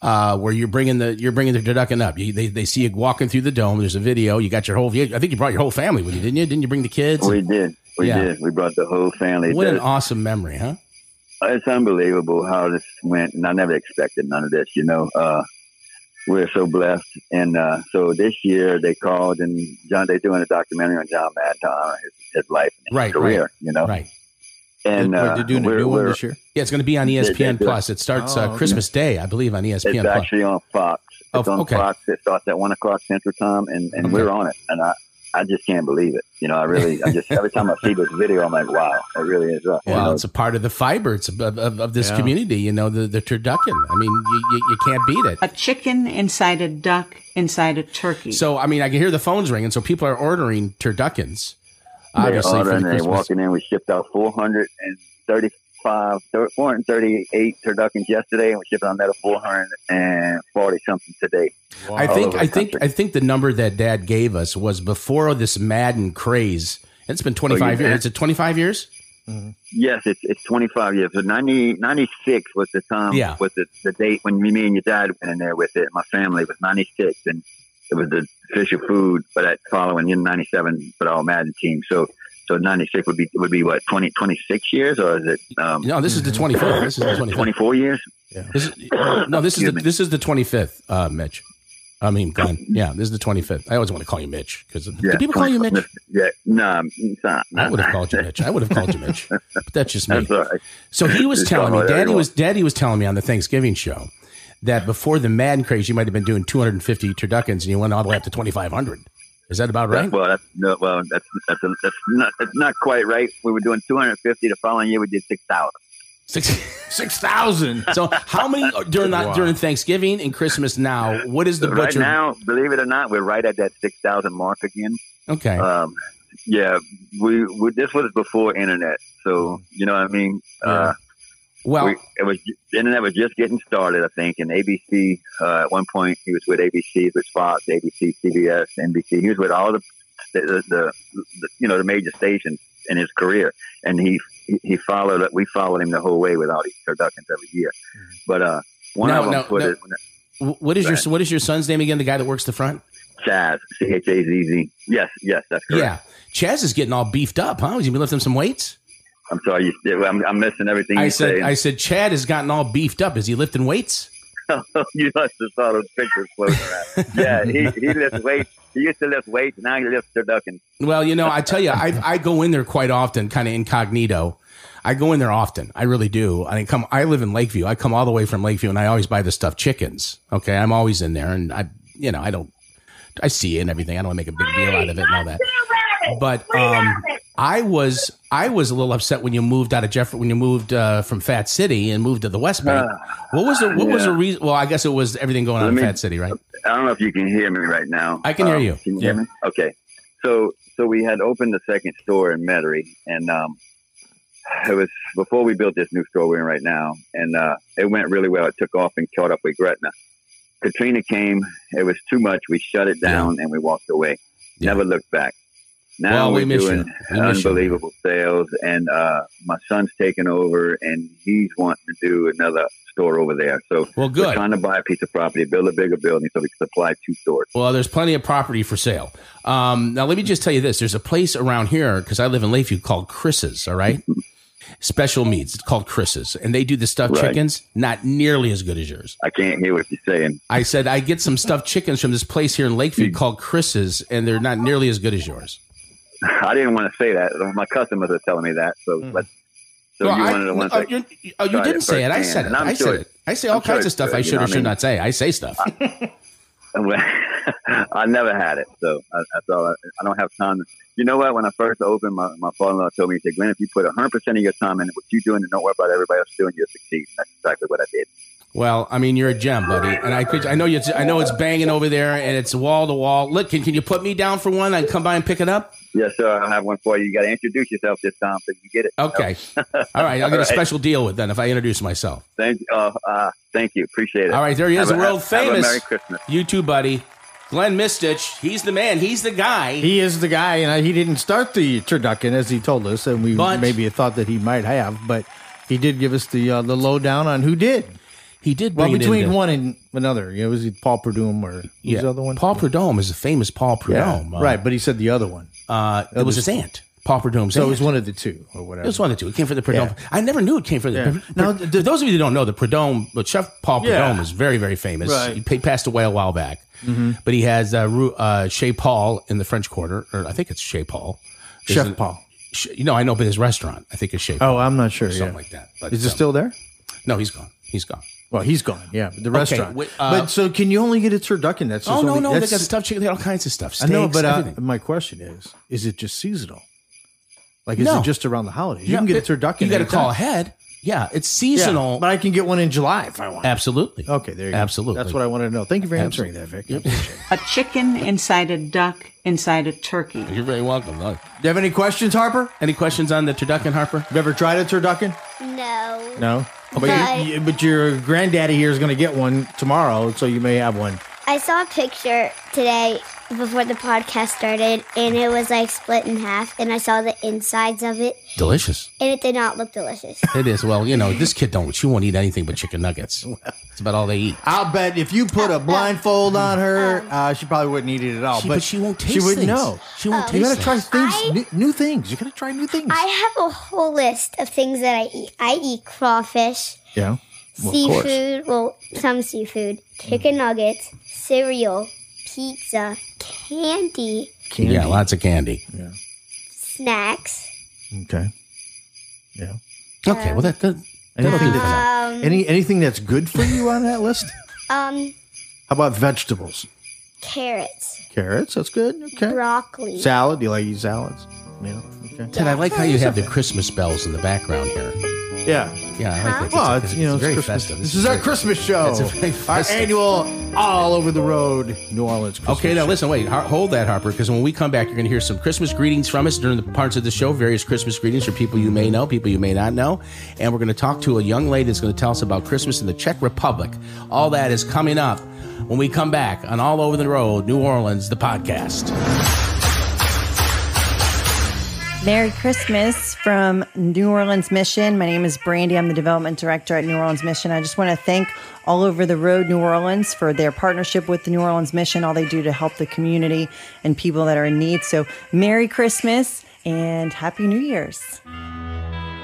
Speaker 2: Uh, where you're bringing the you're bringing the turducken up. You, they they see you walking through the dome. There's a video. You got your whole. I think you brought your whole family with you, didn't you? Didn't you bring the kids?
Speaker 7: We did. We
Speaker 2: Yeah.
Speaker 7: did. We brought the whole family.
Speaker 2: what an
Speaker 7: There's-
Speaker 2: awesome memory, huh?
Speaker 7: it's unbelievable how this went, and I never expected none of this. You know, uh, we're so blessed, and uh, so this year they called and John. They're doing a documentary on John Madden, his, his life, and his
Speaker 2: Right,
Speaker 7: career. You know,
Speaker 2: Right.
Speaker 7: and
Speaker 3: Wait,
Speaker 7: uh,
Speaker 3: they're doing a
Speaker 7: we're-
Speaker 3: new one
Speaker 7: we're-
Speaker 3: this year.
Speaker 2: Yeah, it's going to be on E ESPN
Speaker 7: they-
Speaker 2: Plus. It starts
Speaker 3: Oh,
Speaker 2: uh,
Speaker 3: okay.
Speaker 2: Christmas Day, I believe, on E ESPN
Speaker 7: It's
Speaker 2: Plus.
Speaker 7: actually on Fox.
Speaker 2: Oh,
Speaker 7: It's on
Speaker 2: okay.
Speaker 7: Fox. It starts at one o'clock Central Time, and, and
Speaker 2: Okay.
Speaker 7: we're on it. And I, I just can't believe it. You know, I really, I just every time I see this video, I'm like, wow, it really is up.
Speaker 2: Well,
Speaker 7: Wow.
Speaker 2: it's a part of the fiber. It's of, of, of this
Speaker 3: Yeah.
Speaker 2: community. You know, the the turducken. I mean, you, you, you can't beat it.
Speaker 6: A chicken inside a duck inside a turkey.
Speaker 2: So, I mean, I can hear the phones ringing. So people are ordering turduckens. Obviously,
Speaker 7: they're
Speaker 2: for
Speaker 7: ordering,
Speaker 2: the
Speaker 7: they're
Speaker 2: Christmas.
Speaker 7: walking in. We shipped out 435, thir- 438 turduckens yesterday, and we shipped out another 440 something today.
Speaker 2: I
Speaker 7: all
Speaker 2: think
Speaker 7: over
Speaker 2: I
Speaker 7: the
Speaker 2: think I
Speaker 7: country.
Speaker 2: think the number that Dad gave us was before this Madden craze. It's been 25
Speaker 7: Oh, you-
Speaker 2: years. It's a 25 years.
Speaker 7: Yes, it's it's 25 years. So 90, 96 was the time,
Speaker 2: Yeah.
Speaker 7: was the, the date when me, me and your dad went in there with it. My family was 96, and it was the official food for that following in 97 for the All Madden team. So so 96 would be would be what, 20, 26 years, or is it um,
Speaker 2: No, this is the 25th. This is the 25th.
Speaker 7: 24 years?
Speaker 2: This is, no, this is
Speaker 7: Excuse
Speaker 2: the,
Speaker 7: me.
Speaker 2: this is the 25th, uh, Mitch. I mean, Glenn. Yeah, this is the 25th. I always want to call you Mitch because do people call you Mitch?
Speaker 7: 25 Yeah, no, it's not.
Speaker 2: I would have called you Mitch. I would have called you Mitch. But that's just me.
Speaker 7: That's all right.
Speaker 2: So he was
Speaker 7: Just
Speaker 2: telling
Speaker 7: call
Speaker 2: me,
Speaker 7: it
Speaker 2: Daddy
Speaker 7: everyone.
Speaker 2: was Daddy was telling me on the Thanksgiving show that before the Madden craze, you might have been doing 250 turduckens, and you went all the way up to 2,500. Is that about right?
Speaker 7: That's- well, that's no, well, that's that's, a, that's not that's not quite right. We were doing 250. The following year, we did 6,000.
Speaker 2: Six
Speaker 3: Six thousand.
Speaker 2: So how many during that
Speaker 3: Wow.
Speaker 2: during Thanksgiving and Christmas now? What is the
Speaker 7: right
Speaker 2: butcher?
Speaker 7: now, believe it or not, we're right at that six thousand mark again.
Speaker 2: okay,
Speaker 7: Um, yeah, we, we this was before internet, so you know what I mean. Uh,
Speaker 2: well,
Speaker 7: we, it was the internet was just getting started, I think. And ABC uh, at one point he was with ABC, with Fox, ABC, CBS, NBC. He was with all the the, the, the, the you know the major stations in his career, and he he followed. We followed him the whole way with all these productions every year. But uh, one
Speaker 2: Mm-hmm. Now-
Speaker 7: of them
Speaker 2: now-
Speaker 7: put
Speaker 2: now-
Speaker 7: it.
Speaker 2: Wh- What is
Speaker 7: Right.
Speaker 2: your what is your son's name again? The guy that works the front?
Speaker 7: Chaz, C H A Z Z. Yes, yes, that's correct.
Speaker 2: Yeah, Chaz is getting all beefed up, huh? Has he been lifting some weights?
Speaker 7: I'm sorry, you, I'm, I'm missing everything you
Speaker 2: I said,
Speaker 7: say.
Speaker 2: I said, Chad has gotten all beefed up. Is he lifting weights?
Speaker 7: you must have saw those pictures floating around. yeah, he, he lifts weights. He used to lift weights, now he lifts turducken.
Speaker 2: Well, you know, I tell you, I, I go in there quite often, kind of incognito. I go in there often. I really do. I come. I live in Lakeview. I come all the way from Lakeview, and I always buy the stuffed chickens. Okay, I'm always in there, and I, you know, I don't. I see it and everything. I don't make a big deal out of it and all that. But um, I was I was a little upset when you moved out of Jeff when you moved uh, from Fat City and moved to the West Bank. What was the What was the
Speaker 7: Uh, Yeah.
Speaker 2: reason? Well, I guess it was everything going on
Speaker 7: Let
Speaker 2: in
Speaker 7: me-
Speaker 2: Fat City, right?
Speaker 7: I don't know if you can hear me right now. Um,
Speaker 2: I can hear you.
Speaker 7: Can you hear me? Okay. So so we had opened the second store in Metairie, and um, it was before we built this new store we're in right now, and uh, it went really well. It took off and caught up with Gretna. Katrina came. It was too much. We shut it down and we walked away.
Speaker 2: Yeah.
Speaker 7: Never looked back. Now
Speaker 2: Well, we
Speaker 7: we're
Speaker 2: miss you.
Speaker 7: doing
Speaker 2: We miss you.
Speaker 7: unbelievable sales, and uh, my son's taking over, and he's wanting to do another store over there. So
Speaker 2: Well,
Speaker 7: we're
Speaker 2: good.
Speaker 7: trying to buy a piece of property, build a bigger building so we can supply two stores.
Speaker 2: Well, there's plenty of property for sale. Um, now, let me just tell you this: there's a place around here because I live in Lakeview called Chris's. All right, special meats. It's called Chris's, and they do the stuffed
Speaker 7: Right.
Speaker 2: chickens. Not nearly as good as yours.
Speaker 7: I can't hear what you're saying.
Speaker 2: I said I get some stuffed chickens from this place here in Lakeview called Chris's, and they're not nearly as good as yours.
Speaker 7: I didn't want to say that. My customers are telling me that. So, let's so
Speaker 2: Hmm. Well,
Speaker 7: you
Speaker 2: I-
Speaker 7: wanted to one
Speaker 2: oh,
Speaker 7: second.
Speaker 2: you're- oh, you
Speaker 7: Try
Speaker 2: didn't
Speaker 7: it
Speaker 2: say it. I said
Speaker 7: firsthand,
Speaker 2: it.
Speaker 7: and I'm
Speaker 2: I
Speaker 7: sure
Speaker 2: said it. I say all
Speaker 7: I'm sure
Speaker 2: kinds of
Speaker 7: it's
Speaker 2: stuff
Speaker 7: good,
Speaker 2: I
Speaker 7: you
Speaker 2: should
Speaker 7: know
Speaker 2: or
Speaker 7: what I
Speaker 2: should
Speaker 7: mean?
Speaker 2: not say. I say stuff.
Speaker 7: I never had it, so I, that's all. I, I don't have time. You know what? When I first opened, my, my father-in-law told me, he said, "Glenn, if you put 100 percent of your time in what you're doing, and don't worry about everybody else doing, you'll succeed." And that's exactly what I did.
Speaker 2: Well, I mean, you're a gem, buddy, and I could, I know you. I know it's banging over there, and it's wall to wall. Look, can, can you put me down for one? I can come by and pick it up.
Speaker 7: Yes, sir. I have one for you. You got to introduce yourself this time so you get it.
Speaker 2: Okay. All right. I'll get a
Speaker 7: All right.
Speaker 2: special deal with then if I introduce myself.
Speaker 7: Thank, uh, uh, thank you. Appreciate it.
Speaker 2: All right. There he is,
Speaker 7: Have a-
Speaker 2: world
Speaker 7: have- have a
Speaker 2: famous.
Speaker 7: Merry Christmas.
Speaker 2: You too, buddy. Glenn Mistich. He's the man. He's the guy.
Speaker 3: He is the guy, and I, he didn't start the turducken as he told us, and we
Speaker 2: But-
Speaker 3: maybe thought that he might have, but he did give us the uh, the lowdown on who did.
Speaker 2: he did
Speaker 3: Well,
Speaker 2: bring it
Speaker 3: between
Speaker 2: into-
Speaker 3: one and another, you know, was it Paul Perdome or
Speaker 2: yeah.
Speaker 3: who's the other one?
Speaker 2: Paul Prudhomme is a famous Paul
Speaker 3: yeah,
Speaker 2: Prudhomme. Uh,
Speaker 3: right. But he said the other one,
Speaker 2: Uh, it was his aunt. Paul Prudhomme's
Speaker 3: so it
Speaker 2: aunt.
Speaker 3: was one of the two or whatever.
Speaker 2: It was one of the two. It came from the Prudhomme. I never knew it came from the.
Speaker 3: Yeah.
Speaker 2: Now,
Speaker 3: Now,
Speaker 2: for those of you that don't know, the Prudhomme, but Chef Paul
Speaker 3: Yeah.
Speaker 2: Prudhomme is very, very famous.
Speaker 3: Right. Mm-hmm.
Speaker 2: He pa- passed away a while back, but he has uh, Ru- uh, Chez Paul in the French Quarter, or I think it's Chez Paul.
Speaker 3: Chef
Speaker 2: Isn't-
Speaker 3: Paul.
Speaker 2: Sh- You know, I know, but his restaurant, I think, is Chez Paul,
Speaker 3: Oh, I'm not sure. Yeah.
Speaker 2: something like that. But,
Speaker 3: Is it
Speaker 2: um,
Speaker 3: still there?
Speaker 2: No, he's gone. He's gone.
Speaker 3: Well, he's gone. Yeah, but the restaurant.
Speaker 2: wait, uh,
Speaker 3: but so, can you only get a turducken? That's
Speaker 2: Oh
Speaker 3: just
Speaker 2: no,
Speaker 3: only-
Speaker 2: no, they
Speaker 3: that's-
Speaker 2: got stuffed chicken. They got all kinds of stuff.
Speaker 3: I
Speaker 2: Steaks,
Speaker 3: know, but uh,
Speaker 2: everything.
Speaker 3: my question is: Is it just seasonal? Like, is
Speaker 2: No.
Speaker 3: it just around the holidays? You
Speaker 2: No,
Speaker 3: can get a
Speaker 2: it-
Speaker 3: turducken.
Speaker 2: You got to
Speaker 3: anytime.
Speaker 2: call ahead. Yeah, it's
Speaker 3: Yeah,
Speaker 2: seasonal.
Speaker 3: but I can get one in July if I want.
Speaker 2: Absolutely.
Speaker 3: Okay, there you go.
Speaker 2: Absolutely.
Speaker 3: That's what I wanted to know. Thank you for answering that, Vic.
Speaker 2: Absolutely.
Speaker 3: I appreciate it.
Speaker 6: A chicken inside a duck inside a turkey.
Speaker 2: You're very welcome. Look.
Speaker 3: Do you have any questions, Harper?
Speaker 2: Any questions on the turducken, Harper?
Speaker 3: You ever tried a turducken?
Speaker 5: No.
Speaker 3: No. But,
Speaker 5: Okay.
Speaker 3: you, you- but your granddaddy here is going to get one tomorrow, so you may have one.
Speaker 5: I saw a picture today before the podcast started, and it was like split in half, and I saw the insides of it,
Speaker 2: Delicious.
Speaker 5: and it did not look delicious.
Speaker 2: It is. Well, you know, this kid don't. She won't eat anything but chicken nuggets. That's about all they eat.
Speaker 3: I'll bet if you
Speaker 5: Uh,
Speaker 3: put a blindfold on
Speaker 5: um,
Speaker 3: her, uh, she probably wouldn't eat it at all.
Speaker 2: She-
Speaker 3: but,
Speaker 2: but she won't taste
Speaker 3: She
Speaker 2: things.
Speaker 3: wouldn't know.
Speaker 2: She won't
Speaker 3: Oh, You
Speaker 2: taste
Speaker 3: got to try
Speaker 2: things.
Speaker 3: things,
Speaker 5: I-
Speaker 3: new, new things. You got to try new things.
Speaker 5: I have a whole list of things that I eat. I eat crawfish,
Speaker 3: yeah. Well, of course.
Speaker 5: seafood, well, some seafood, chicken nuggets, cereal, pizza, candy,
Speaker 3: Candy.
Speaker 2: Yeah, lots of candy.
Speaker 5: snacks.
Speaker 3: Okay. Yeah.
Speaker 2: Okay. Well, that, that that'll
Speaker 3: Anything
Speaker 2: do for now.
Speaker 3: that's, any anything that's good for you on that list?
Speaker 5: Um,
Speaker 3: How about vegetables?
Speaker 5: carrots,
Speaker 3: Carrots. That's good. Okay.
Speaker 5: broccoli.
Speaker 3: Salad. Do you like to eat salads? Yeah. Okay.
Speaker 2: Ted, I like how you have the Christmas bells in the background here.
Speaker 3: Yeah.
Speaker 2: Yeah, I like that.
Speaker 3: Well, it's, you know, it's
Speaker 2: very
Speaker 3: Christmas.
Speaker 2: festive.
Speaker 3: This is our Christmas show.
Speaker 2: It's a very
Speaker 3: our
Speaker 2: festive-
Speaker 3: annual all over the road New Orleans. Christmas
Speaker 2: Okay, now
Speaker 3: show.
Speaker 2: listen, wait, Har- hold that, Harper, because when we come back, you're going to hear some Christmas greetings from us during the parts of the show, various Christmas greetings for people you may know, people you may not know. And we're going to talk to a young lady that's going to tell us about Christmas in the Czech Republic. All that is coming up when we come back on All Over the Road, New Orleans, the podcast.
Speaker 8: Merry Christmas from New Orleans Mission. My name is Brandy. I'm the development director at New Orleans Mission. I just want to thank All Over the Road New Orleans for their partnership with the New Orleans Mission, all they do to help the community and people that are in need. So, Merry Christmas and Happy New Year's.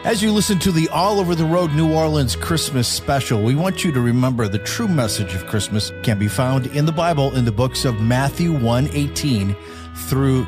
Speaker 3: As you listen to the All Over the Road New Orleans Christmas special, we want you to remember the true message of Christmas can be found in the Bible in the books of Matthew 1:18 through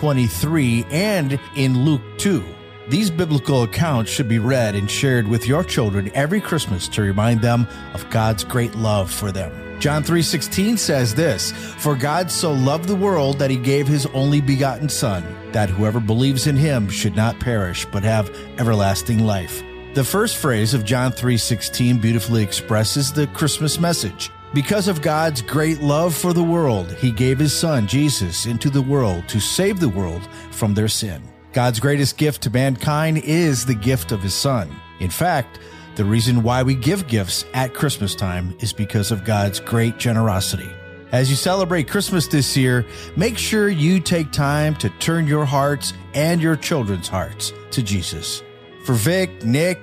Speaker 3: 2:23 and in Luke 2. These biblical accounts should be read and shared with your children every Christmas to remind them of God's great love for them. John 3:16 says this, "For God so loved the world that he gave his only begotten son, that whoever believes in him should not perish but have everlasting life." The first phrase of John 3:16 beautifully expresses the Christmas message. Because of God's great love for the world, he gave his son Jesus into the world to save the world from their sin. God's greatest gift to mankind is the gift of his son. In fact, the reason why we give gifts at Christmas time is because of God's great generosity. As you celebrate Christmas this year, make sure you take time to turn your hearts and your children's hearts to Jesus. For Vic, Nick,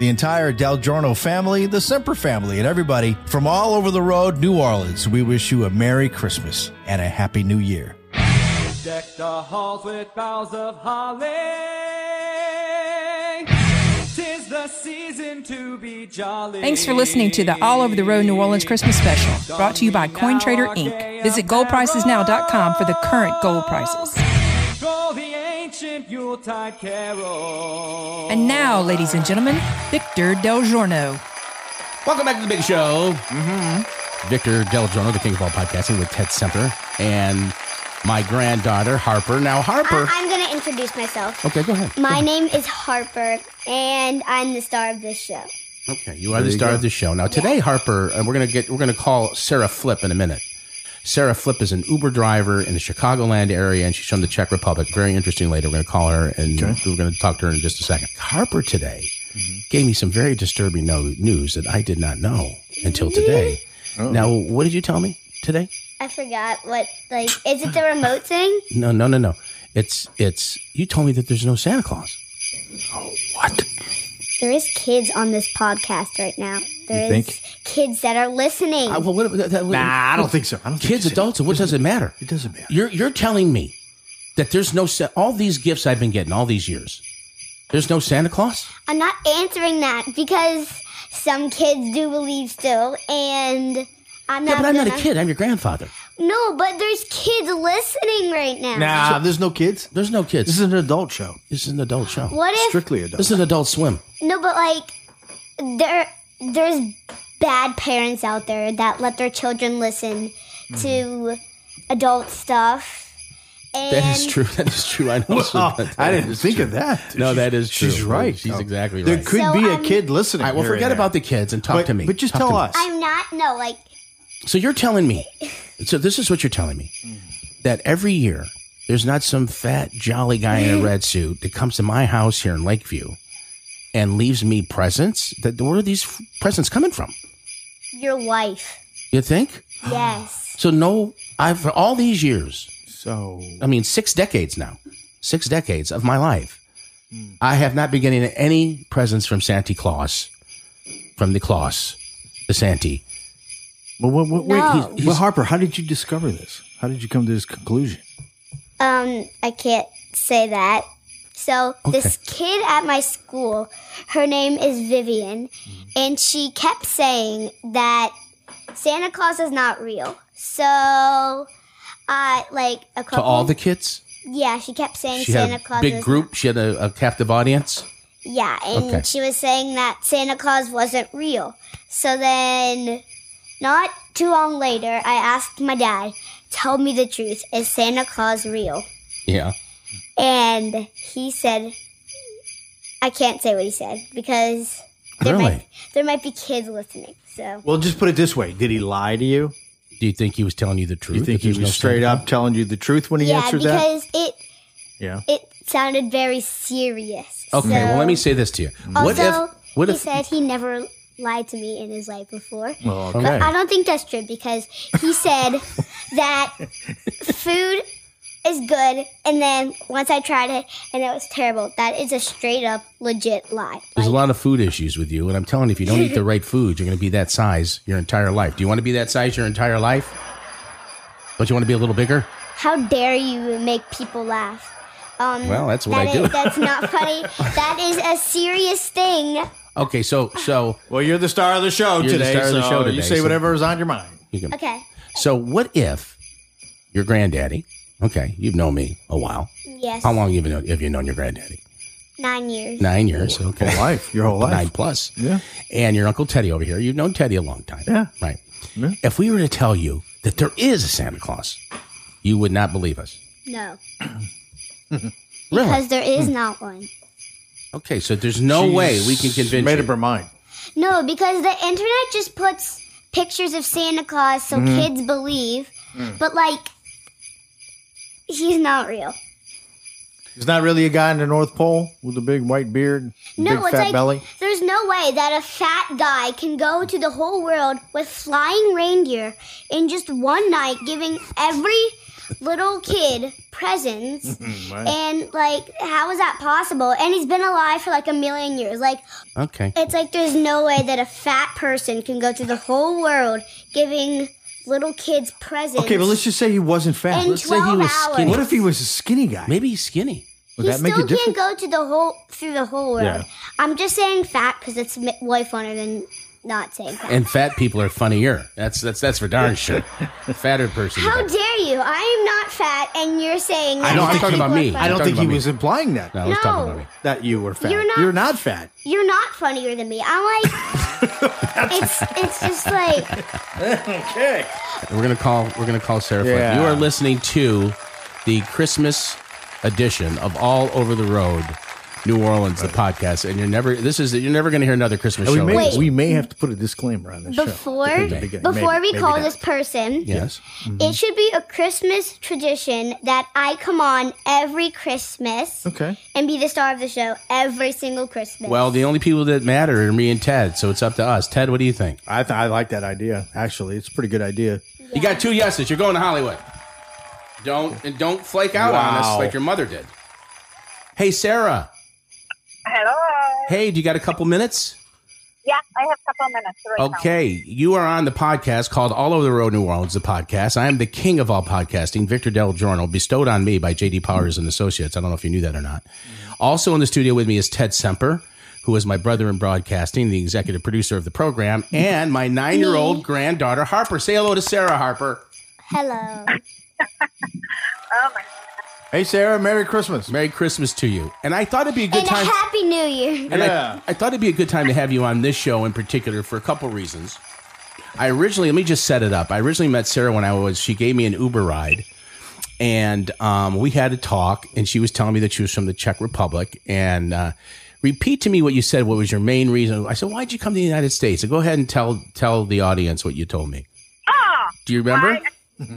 Speaker 3: the entire Del Giorno family, the Semper family, and everybody from all over the road, New Orleans, we wish you a Merry Christmas and a Happy New Year.
Speaker 9: Deck the halls with boughs of holly. Tis the season to be jolly.
Speaker 1: Thanks for listening to the All Over the Road New Orleans Christmas Special, brought to you by CoinTrader Inc. Visit goldpricesnow.com for the current gold prices.
Speaker 9: Go the ancient Yuletide carol.
Speaker 1: And now, ladies and gentlemen, Victor Del Giorno.
Speaker 2: Welcome back to the big show. Victor Del Giorno, the King of All Podcasting, with Ted Semper and my granddaughter Harper. Now Harper,
Speaker 5: I- am going to introduce myself.
Speaker 2: okay, go ahead.
Speaker 5: My name is Harper, and I'm the star of this show.
Speaker 2: Okay, you are the star of the show. Now today, Harper, and we're gonna get we're gonna call Sarah Flip in a minute. Sarah Flip is an Uber driver in the Chicagoland area, and she's from the Czech Republic. Very interesting lady. We're gonna call her, and we're gonna talk to her in just a second. Harper today gave me some very disturbing no- news that I did not know until today. Now, what did you tell me today?
Speaker 5: I forgot what, like, is it the remote thing?
Speaker 2: No, no, no, no. It's it's you told me that there's no Santa Claus. Oh, what?
Speaker 5: There is kids on this podcast right now. There is
Speaker 10: think?
Speaker 5: kids that are listening.
Speaker 2: I, well, what, that, that-
Speaker 10: Nah, I don't think so. I don't think
Speaker 2: kids,
Speaker 10: so.
Speaker 2: adults, and what does it matter?
Speaker 10: It doesn't matter.
Speaker 2: You're you're telling me that there's no Sa- all these gifts I've been getting all these years. There's no Santa Claus.
Speaker 5: I'm not answering that because some kids do believe still, and I'm not.
Speaker 2: yeah, but I'm not a
Speaker 5: gonna-
Speaker 2: kid. I'm your grandfather.
Speaker 5: No, but there's kids listening right now.
Speaker 10: Nah, there's no kids.
Speaker 2: There's no kids.
Speaker 10: This is an adult show.
Speaker 2: This is an adult show.
Speaker 5: What if
Speaker 10: Strictly adult.
Speaker 2: This is an adult swim.
Speaker 5: No, but like there there's bad parents out there that let their children listen to adult stuff. And
Speaker 2: Mm-hmm. That is true. That is true. I know.
Speaker 10: Well,
Speaker 2: That
Speaker 10: Oh, I didn't
Speaker 2: is
Speaker 10: think
Speaker 2: true.
Speaker 10: of that.
Speaker 2: No, that is true.
Speaker 10: She's right.
Speaker 2: She's exactly
Speaker 10: There
Speaker 2: right.
Speaker 10: could
Speaker 5: So,
Speaker 10: be a
Speaker 5: um,
Speaker 10: kid listening.
Speaker 2: all right, well,
Speaker 10: here and
Speaker 2: forget
Speaker 10: there.
Speaker 2: about the kids and talk
Speaker 10: But-
Speaker 2: to me.
Speaker 10: But just
Speaker 2: Talk to
Speaker 10: tell
Speaker 2: me.
Speaker 10: us.
Speaker 5: I'm not no like
Speaker 2: So you're telling me, so this is what you're telling me, that every year there's not some fat, jolly guy in a red suit that comes to my house here in Lakeview and leaves me presents? That Where are these f- presents coming from?
Speaker 5: your wife.
Speaker 2: You think?
Speaker 5: Yes.
Speaker 2: So, no, I've, for all these years,
Speaker 10: So
Speaker 2: I mean, six decades now, six decades of my life, I have not been getting any presents from Santa Claus, from the Claus, the Sante.
Speaker 10: Well, wait, wait,
Speaker 5: No.
Speaker 10: he's- he's- well, Harper, how did you discover this? How did you come to this conclusion?
Speaker 5: Um I can't say that. So this kid at my school, her name is Vivian,
Speaker 2: Mm-hmm.
Speaker 5: and she kept saying that Santa Claus is not real. So I like a couple
Speaker 2: To all the kids?
Speaker 5: Yeah, she kept saying
Speaker 2: She
Speaker 5: Santa
Speaker 2: had a
Speaker 5: Claus
Speaker 2: big
Speaker 5: was
Speaker 2: group. She had a, a captive audience.
Speaker 5: Yeah, and
Speaker 2: Okay.
Speaker 5: she was saying that Santa Claus wasn't real. So then, not too long later, I asked my dad, "Tell me the truth. Is Santa Claus real?"
Speaker 2: Yeah.
Speaker 5: And he said, "I can't say what he said because there might
Speaker 2: Really?
Speaker 5: there might be kids listening." So
Speaker 10: Well, just put it this way: Did he lie to you?
Speaker 2: Do you think he was telling you the truth?
Speaker 10: You think
Speaker 2: that
Speaker 10: he
Speaker 2: there's
Speaker 10: was
Speaker 2: no
Speaker 10: straight
Speaker 2: Santa
Speaker 10: up telling you the truth when he
Speaker 5: yeah,
Speaker 10: answered that?
Speaker 5: because it
Speaker 10: Yeah.
Speaker 5: it sounded very serious.
Speaker 2: Claus? Okay,
Speaker 5: So-
Speaker 2: well, let me say this to you. what
Speaker 5: Also,
Speaker 2: if? What
Speaker 5: he
Speaker 2: if?
Speaker 5: said he never lied to me in his life before.
Speaker 10: Well,
Speaker 5: But
Speaker 10: okay.
Speaker 5: I don't think that's true because he said that food is good, and then once I tried it and it was terrible. That is a straight up legit lie.
Speaker 2: There's a lot of food issues with you, and I'm telling you, if you don't eat the right food, you're going to be that size your entire life. Do you want to be that size your entire life? Don't you want to be a little bigger?
Speaker 5: How dare you make people laugh? Um,
Speaker 2: Well, that's what I
Speaker 5: that
Speaker 2: do.
Speaker 5: is- that's not funny. that is a serious thing.
Speaker 2: Okay, so so
Speaker 3: Well, you're the star of the show
Speaker 2: You're the
Speaker 3: today.
Speaker 2: star of the
Speaker 3: so
Speaker 2: show today,
Speaker 3: You say
Speaker 2: so-
Speaker 3: whatever is on your mind.
Speaker 2: you can.
Speaker 5: Okay.
Speaker 2: So what if your granddaddy? Okay, you've known me a while.
Speaker 5: Yes.
Speaker 2: How long have you known, have you known your granddaddy?
Speaker 5: Nine years.
Speaker 2: Nine years. Okay,
Speaker 3: Whole life, your whole life.
Speaker 2: nine plus.
Speaker 3: Yeah.
Speaker 2: And your uncle Teddy over here. You've known Teddy a long time.
Speaker 3: Yeah.
Speaker 2: Right. If we were to tell you that there is a Santa Claus, you would not believe us.
Speaker 5: No.
Speaker 2: Really?
Speaker 5: Because there is
Speaker 2: Hmm.
Speaker 5: not one.
Speaker 2: Okay, so there's no
Speaker 3: She's
Speaker 2: way we can convince
Speaker 3: Made
Speaker 2: you.
Speaker 3: up her mind.
Speaker 5: No, because the internet just puts pictures of Santa Claus so
Speaker 2: Mm-hmm.
Speaker 5: kids believe,
Speaker 2: Hmm.
Speaker 5: but like, he's not real.
Speaker 3: He's not really a guy in the North Pole with a big white beard,
Speaker 5: No,
Speaker 3: big
Speaker 5: it's
Speaker 3: fat
Speaker 5: like
Speaker 3: belly.
Speaker 5: there's no way that a fat guy can go to the whole world with flying reindeer in just one night, giving every little kid presents. And like, how is that possible? And he's been alive for like a million years. Like,
Speaker 2: okay.
Speaker 5: It's like there's no way that a fat person can go through the whole world giving little kids presents.
Speaker 3: Okay, but let's just say he wasn't fat.
Speaker 5: in
Speaker 3: Let's say
Speaker 5: twelve
Speaker 2: he was
Speaker 5: hours.
Speaker 2: skinny.
Speaker 3: What if he was a skinny guy?
Speaker 2: Maybe he's skinny.
Speaker 3: Would
Speaker 5: he
Speaker 3: that make a
Speaker 5: still
Speaker 3: difference?
Speaker 5: can't go to the whole through the whole world.
Speaker 3: Yeah.
Speaker 5: I'm just saying fat because it's m- way funner than not saying fat.
Speaker 2: And fat people are funnier. That's that's that's for darn sure. Fatter person.
Speaker 5: How dare you? I am not fat, and you're saying that
Speaker 2: don't
Speaker 5: fat
Speaker 2: think- I'm talking
Speaker 5: people
Speaker 2: about
Speaker 5: are
Speaker 2: me.
Speaker 5: funny.
Speaker 3: I don't
Speaker 2: Talking
Speaker 3: think he
Speaker 2: about me.
Speaker 3: was implying that.
Speaker 2: no, I was talking
Speaker 5: No.
Speaker 2: about me.
Speaker 3: That you were fat.
Speaker 5: You're not-
Speaker 3: fat.
Speaker 5: You're not funnier than me. I'm like, it's it's just like
Speaker 3: Okay.
Speaker 2: And We're gonna call. We're gonna call Sarah. Flynn.
Speaker 3: Yeah.
Speaker 2: You are listening to the Christmas edition of All Over the Road, New Orleans, the podcast. And you're never. This is. You're never gonna hear another Christmas
Speaker 3: And we
Speaker 2: show.
Speaker 3: may
Speaker 5: Wait.
Speaker 3: we may have to put a disclaimer on this
Speaker 5: before
Speaker 3: show. at the beginning.
Speaker 5: before
Speaker 3: Maybe-
Speaker 5: we
Speaker 3: maybe
Speaker 5: call
Speaker 3: not. Mm-hmm.
Speaker 5: this person.
Speaker 2: Yes.
Speaker 5: It should be a Christmas tradition that I come on every Christmas
Speaker 3: Okay.
Speaker 5: and be the star of the show every single Christmas.
Speaker 2: Well, the only people that matter are me and Ted. So it's up to us. Ted, what do you think?
Speaker 3: I th- I like that idea. Actually, it's a pretty good idea.
Speaker 2: You got two yeses. You're going to Hollywood. Don't and don't flake out on
Speaker 3: Wow.
Speaker 2: us like your mother did. Hey, Sarah.
Speaker 8: Hello.
Speaker 2: Hey, do you got a couple minutes?
Speaker 8: Yeah, I have a couple of minutes right now.
Speaker 2: Okay, you are on the podcast called All Over the Road New Orleans, the podcast. I am the king of all podcasting, Victor Del Giorno, bestowed on me by JD Powers and Associates. I don't know if you knew that or not. Also in the studio with me is Ted Semper, who is my brother in broadcasting, the executive producer of the program, and my nine year old granddaughter, Harper. Say hello to Sarah Harper.
Speaker 5: hello.
Speaker 8: Oh my.
Speaker 3: Hey, Sarah, Merry Christmas.
Speaker 2: Merry Christmas to you. And I thought it'd be a good
Speaker 5: and
Speaker 2: time.
Speaker 5: a happy new year.
Speaker 2: And
Speaker 3: Yeah.
Speaker 2: I, I thought it'd be a good time to have you on this show in particular for a couple reasons. I originally, let me just set it up. I originally met Sarah when I was, she gave me an Uber ride and um, we had a talk and she was telling me that she was from the Czech Republic. And uh, repeat to me what you said. What was your main reason? I said, why'd you come to the United States? So go ahead and tell, tell the audience what you told me.
Speaker 8: Oh.
Speaker 2: Do you remember?
Speaker 8: Why- Oh, oh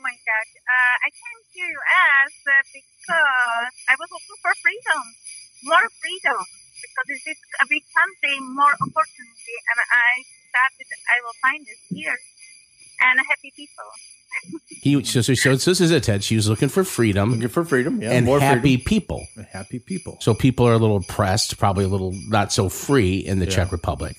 Speaker 8: my gosh. Uh, I came to U.S. uh, because I was looking for freedom, more freedom, because this is a big country, more opportunity, and I thought that I will find this here and happy people.
Speaker 2: He, so, so, so this is it, Ted. She was looking for freedom
Speaker 3: Looking for freedom. Yeah,
Speaker 2: and
Speaker 3: more
Speaker 2: happy
Speaker 3: freedom.
Speaker 2: people.
Speaker 3: And happy people.
Speaker 2: So people are a little oppressed, probably a little not so free in the Czech Republic.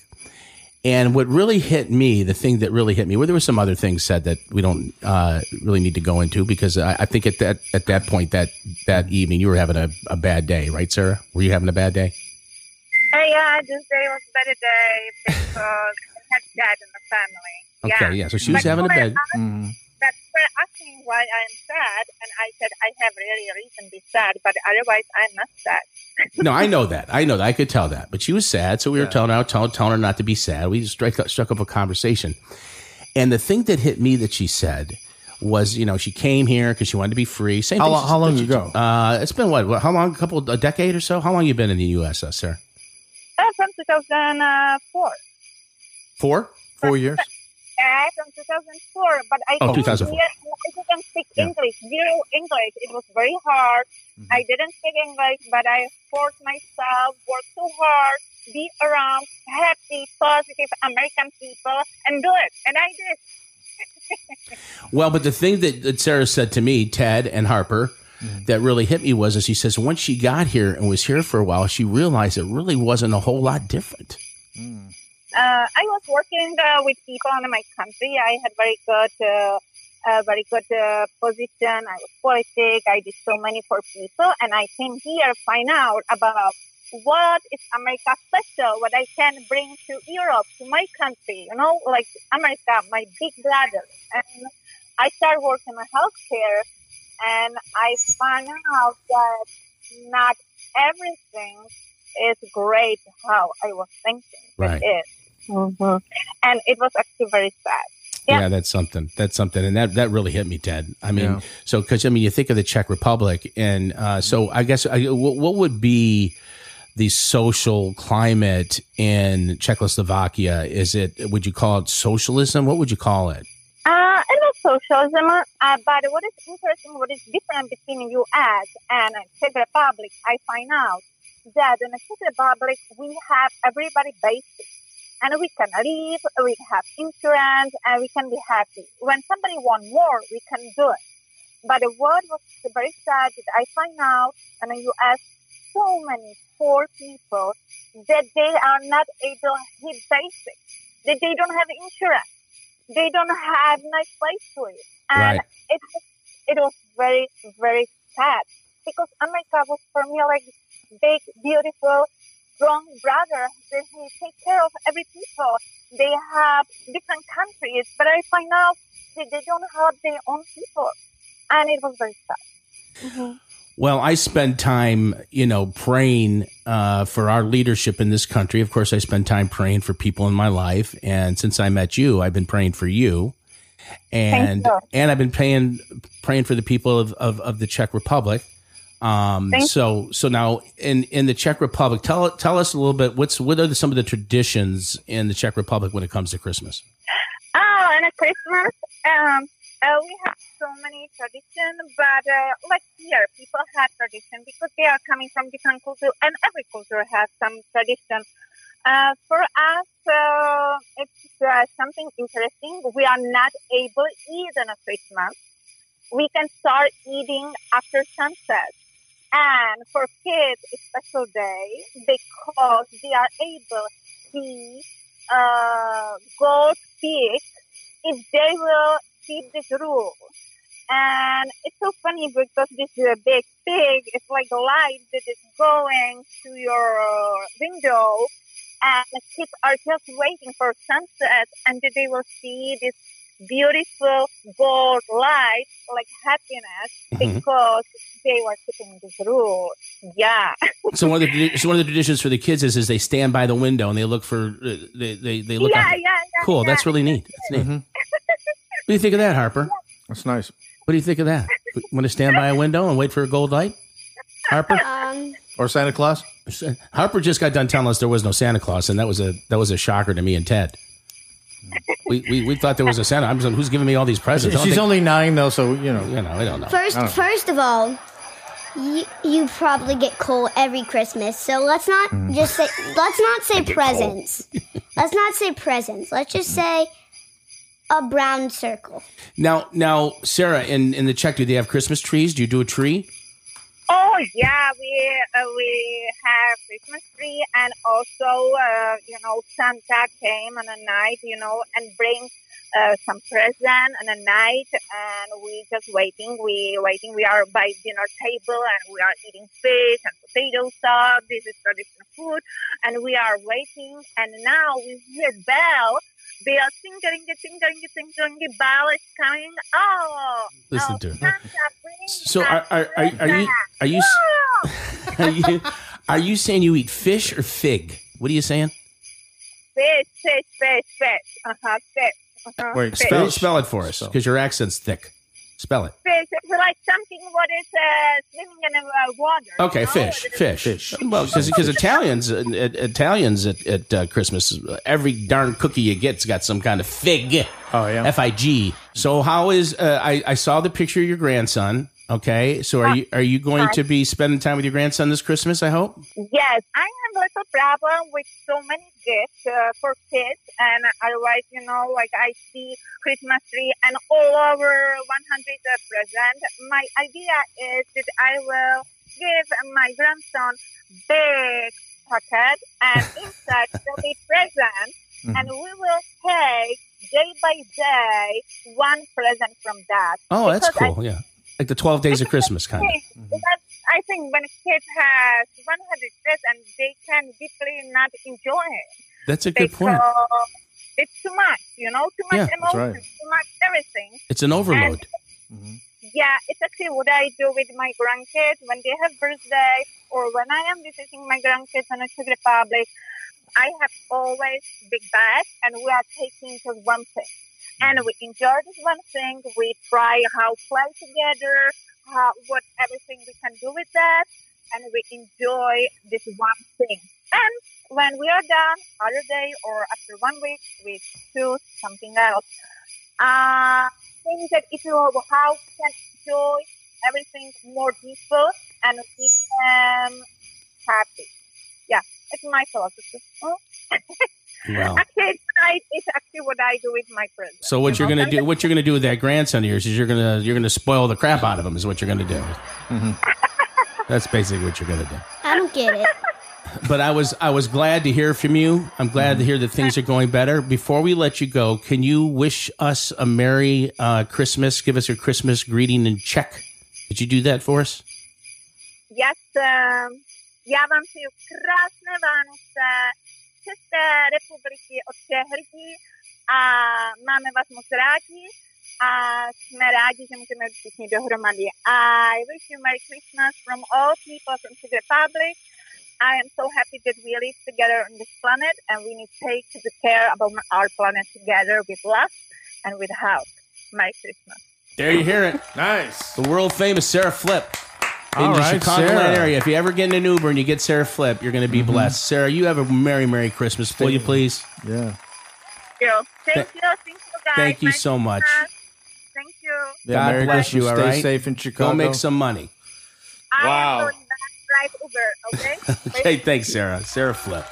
Speaker 2: And what really hit me, the thing that really hit me, well, there were some other things said that we don't uh, really need to go into because I, I think at that at that point that that evening you were having a, a bad day, right, Sarah? Were you having a bad day?
Speaker 8: Hey, yeah, this day was a better day because I had dad in the family.
Speaker 2: Okay, yeah. So she was
Speaker 8: But
Speaker 2: having a
Speaker 8: when
Speaker 2: bad.
Speaker 8: I-
Speaker 3: Mm-hmm.
Speaker 8: that were asking why I'm sad, and I said I have really a reason to be sad, but otherwise I'm not sad.
Speaker 2: No, I know that. I know that. I could tell that. But she was sad, so we were telling her, telling, telling her not to be sad. We just struck, up- struck up a conversation. And the thing that hit me that she said was, you know, she came here because she wanted to be free. Same
Speaker 3: How,
Speaker 2: thing
Speaker 3: lo-
Speaker 2: she-
Speaker 3: how long ago?
Speaker 2: Uh, it's been what? what- How long? A couple, a decade or so. How long you been in the U.S., uh, sir?
Speaker 8: Uh, from 2004.
Speaker 2: Four.
Speaker 3: Four years.
Speaker 8: Yeah, Uh, from 2004, but I
Speaker 2: Oh,
Speaker 8: came
Speaker 2: 2004.
Speaker 8: here and I didn't speak English, zero English. It was very hard. I didn't speak English, but I forced myself, worked so hard, be around happy, positive American people, and do it. And I did.
Speaker 2: Well, but the thing that, that Sarah said to me, Ted and Harper,
Speaker 3: Mm-hmm.
Speaker 2: that really hit me was, as she says, once she got here and was here for a while, she realized it really wasn't a whole lot different.
Speaker 8: uh, I was working uh, with people in my country. I had very good, uh, uh, very good uh, position. I was politic. I did so many for people, and I came here find out about what is America special, what I can bring to Europe, to my country. You know, like America, my big bladder. And I started working in healthcare, and I found out that not everything is great how I was thinking
Speaker 2: Right.
Speaker 8: it is. And it was actually very sad.
Speaker 2: Yeah. that's something. That's something, and that that really hit me, Ted. I mean, so because I mean, you think of the Czech Republic, and uh, so I guess I, what, what would be the social climate in Czechoslovakia? Is it would you call it socialism? What would you call it?
Speaker 8: Uh, and not socialism, uh, but what is interesting, what is different between U.S. and Czech Republic, I find out that in the Czech Republic we have everybody basic, and we can live, we have insurance, and we can be happy. When somebody wants more, we can do it. But the word was very sad that I find out in the U.S. so many poor people that they are not able to hit basic, that they don't have insurance, they don't have nice place to live, and
Speaker 11: Right.
Speaker 8: it it was very very sad because America was for me like big beautiful strong brother that he take care of every people. They have different countries, but I find out that they don't help their own people, and it was very sad.
Speaker 2: Well, I spend time, you know, praying uh, for our leadership in this country. Of course, I spend time praying for people in my life, and since I met you, I've been praying for you, and
Speaker 12: you.
Speaker 2: and I've been praying praying for the people of of, of the Czech Republic. Um,
Speaker 12: Thank
Speaker 2: so so now in in the Czech Republic, tell tell us a little bit what's what are the, some of the traditions in the Czech Republic when it comes to Christmas?
Speaker 8: Oh, and at Christmas, um, uh, we have so many tradition, but uh, like here, people have tradition because they are coming from different culture, and every culture has some tradition. Uh, for us, uh, it's uh, something interesting. We are not able to eat on a Christmas. We can start eating after sunset. And for kids, it's special day because they are able to uh, go speak if they will keep this rule. And it's so funny because this uh, big pig is like a light that is going to your uh, window, and the kids are just waiting for sunset, and then they will see this beautiful gold light, like happiness,
Speaker 2: Mhm.
Speaker 8: because they were keeping this rule. Yeah.
Speaker 2: So one of the tradi- so one of the traditions for the kids is is they stand by the window and they look for uh, they they, they look
Speaker 8: Yeah,
Speaker 2: out-
Speaker 8: yeah, yeah,
Speaker 2: cool
Speaker 8: yeah.
Speaker 2: that's really neat that's neat what do you think of that Harper that's nice what do you think of that want to stand by a window and wait for a gold light Harper
Speaker 5: Um,
Speaker 2: or Santa Claus Harper just got done telling us there was no Santa Claus and that was a that was a shocker to me and Ted we we, we thought there was a Santa I'm just, who's giving me all these presents I
Speaker 3: She's
Speaker 2: don't think-
Speaker 3: only nine though, so you know.
Speaker 2: You know, I don't know.
Speaker 5: First,
Speaker 3: Oh.
Speaker 5: first of all, you, you probably get coal every Christmas. So let's not
Speaker 3: Mm.
Speaker 5: just say let's not say presents. let's not say presents. Let's just
Speaker 3: Mm.
Speaker 5: say a brown circle.
Speaker 2: now now Sarah in in the Czech do they have Christmas trees do you do a tree
Speaker 8: Oh yeah, we uh, we have Christmas tree and also uh, you know Santa came on a night you know and bring uh, some present on a night and we just waiting we waiting we are by dinner table and we are eating fish and potato stuff this is traditional food and we are waiting and now we hear bell bell tinkering tinkering tinkering bell is coming oh
Speaker 2: Listen
Speaker 8: oh,
Speaker 2: to it.
Speaker 8: Santa, bring
Speaker 2: So are are, are, are you are you are you are you saying you eat fish or fig? What are you saying?
Speaker 8: fish, fish, fish, fish. Uh huh, fish. Uh-huh. fish.
Speaker 2: spell, spell it for us because your accent's thick. Spell it.
Speaker 8: Fish. It's like something what is uh, swimming in the uh, water.
Speaker 2: Okay, fish, fish, fish. Well, because Italians, uh, it- Italians at, at uh, Christmas, uh, every darn cookie you get's got some kind of fig. Oh yeah, F I G. So how is? Uh, I I saw the picture of your grandson. Okay, so are you are you going to be spending time with your grandson this Christmas? I hope.
Speaker 8: Yes, I have a little problem with so many gift uh, for kids, and I like you know like I see Christmas tree and all over 100 uh, present. My idea is that I will give my grandson big pocket, and inside will be present, and we will take day by day one present from that.
Speaker 2: Oh, that's
Speaker 8: Because I
Speaker 2: cool. Yeah. Like the 12 days of Christmas kind of.
Speaker 8: Yes, because I think when kids has 100 stress and they can deeply not enjoy it.
Speaker 2: That's a good point.
Speaker 8: because It's too much, you know, too much
Speaker 2: Yeah, that's
Speaker 8: emotion,
Speaker 2: right.
Speaker 8: too much everything.
Speaker 2: It's an overload.
Speaker 8: Yeah, it's actually what I do with my grandkids when they have birthday or when I am visiting my grandkids in the Czech Republic. I have always big bag and we are taking just one thing. And we enjoy this one thing. We try how play together, how, what everything we can do with that. And we enjoy this one thing. And when we are done, other day or after one week, we choose something else uh, things that if you have a house can enjoy everything more peaceful and keep them happy. Yeah, it's my philosophy. Oh.
Speaker 2: Wow.
Speaker 8: actually, it's, I, it's actually what I do with my friends.
Speaker 2: So what you're gonna do? What you're gonna do with that grandson of yours is you're gonna you're gonna spoil the crap out of him. Is what you're gonna do. That's basically what you're gonna do.
Speaker 5: I don't get it.
Speaker 2: But I was I was glad to hear from you. I'm glad to hear that things are going better. Before we let you go, can you wish us a merry uh, Christmas? Give us your Christmas greeting in Czech. Could you do that for us?
Speaker 8: Yes, um, já vám přeju krásné Vánoce z České republiky od všech lidí a máme vás moc rádi a jsme rádi, že můžeme být všichni dohromady. I wish you Merry Christmas from all people from Czech Republic. I am so happy that we live together on this planet and we need to take the care about our planet together with love and with help. Merry Christmas.
Speaker 2: There you hear it. Nice. The world famous Sarah Flip in
Speaker 3: All
Speaker 2: the
Speaker 3: right,
Speaker 2: Chicagoland
Speaker 3: Sarah.
Speaker 2: area. If you ever get in an Uber and you get Sarah Flip, you're going to be blessed. Sarah, you have a merry, merry Christmas. Will Mm-hmm. you please? Yeah.
Speaker 8: Yo, Thank
Speaker 2: Th-
Speaker 8: you. Thank you, guys.
Speaker 2: Thank you
Speaker 8: Merry
Speaker 2: so much.
Speaker 8: Christmas. Thank you.
Speaker 2: God
Speaker 3: Merry
Speaker 2: bless you.
Speaker 3: Christmas.
Speaker 2: All
Speaker 3: Stay
Speaker 2: right.
Speaker 3: safe in
Speaker 2: Go
Speaker 3: Chicago.
Speaker 2: make some money.
Speaker 8: I am going back to drive Uber, okay?
Speaker 2: Okay. Thanks, Sarah. Sarah Flip.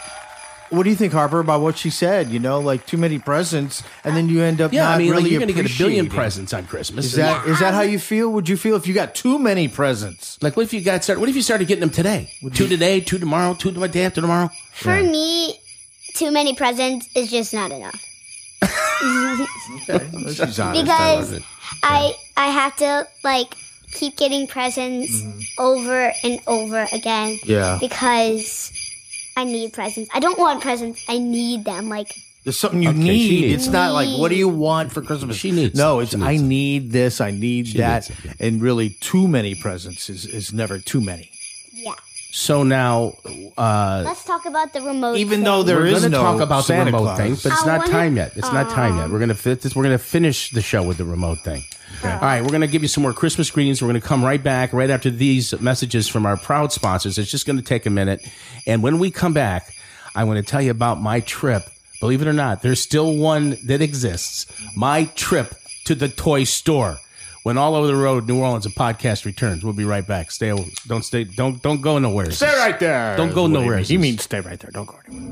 Speaker 3: What do you think, Harper, about what she said? You know, like too many presents, and then you end up
Speaker 2: Yeah,
Speaker 3: not
Speaker 2: I mean, like,
Speaker 3: really
Speaker 2: you're gonna get a billion
Speaker 3: appreciating.
Speaker 2: presents on Christmas.
Speaker 3: Is that
Speaker 2: Yeah.
Speaker 3: is that how you feel? Would you feel if you got too many presents?
Speaker 2: Like, what if you got started? What if you started getting them today? Two today, two tomorrow, two the day after tomorrow.
Speaker 5: For me, too many presents is just not enough.
Speaker 3: Okay, this is honest. I
Speaker 5: Because-
Speaker 3: love it.
Speaker 5: I I have to like keep getting presents over and over again.
Speaker 3: Mm-hmm. Yeah.
Speaker 5: Because I need presents. I don't want presents. I need them. Like
Speaker 3: there's something you
Speaker 2: Okay, she
Speaker 3: need.
Speaker 2: needs
Speaker 3: It's not like what do you want for Christmas? She needs no. It's I need this. I need that. And really, too many presents is is never too many.
Speaker 5: yeah.
Speaker 2: So now, uh,
Speaker 5: Let's talk about the remote.
Speaker 3: Even
Speaker 5: thing.
Speaker 3: though there
Speaker 2: we're
Speaker 3: is
Speaker 2: gonna
Speaker 3: no
Speaker 2: talk about
Speaker 3: Santa
Speaker 2: the remote
Speaker 3: Claus.
Speaker 2: thing, but it's
Speaker 5: I
Speaker 2: not
Speaker 5: wanna-
Speaker 2: time yet. It's not time yet. We're gonna fit this. We're gonna finish the show with the remote thing. All right, we're gonna give you some more Christmas greetings. We're gonna come right back right after these messages from our proud sponsors. It's just gonna take a minute, and when we come back, I want to tell you about my trip. Believe it or not, there's still one that exists. My trip to the toy store. When all over the road, New Orleans, a podcast returns. We'll be right back. Stay, don't stay, don't don't go nowhere.
Speaker 3: Stay right there.
Speaker 2: Don't go
Speaker 3: What do you
Speaker 2: nowhere.
Speaker 3: mean? You mean stay right there? Don't go anywhere.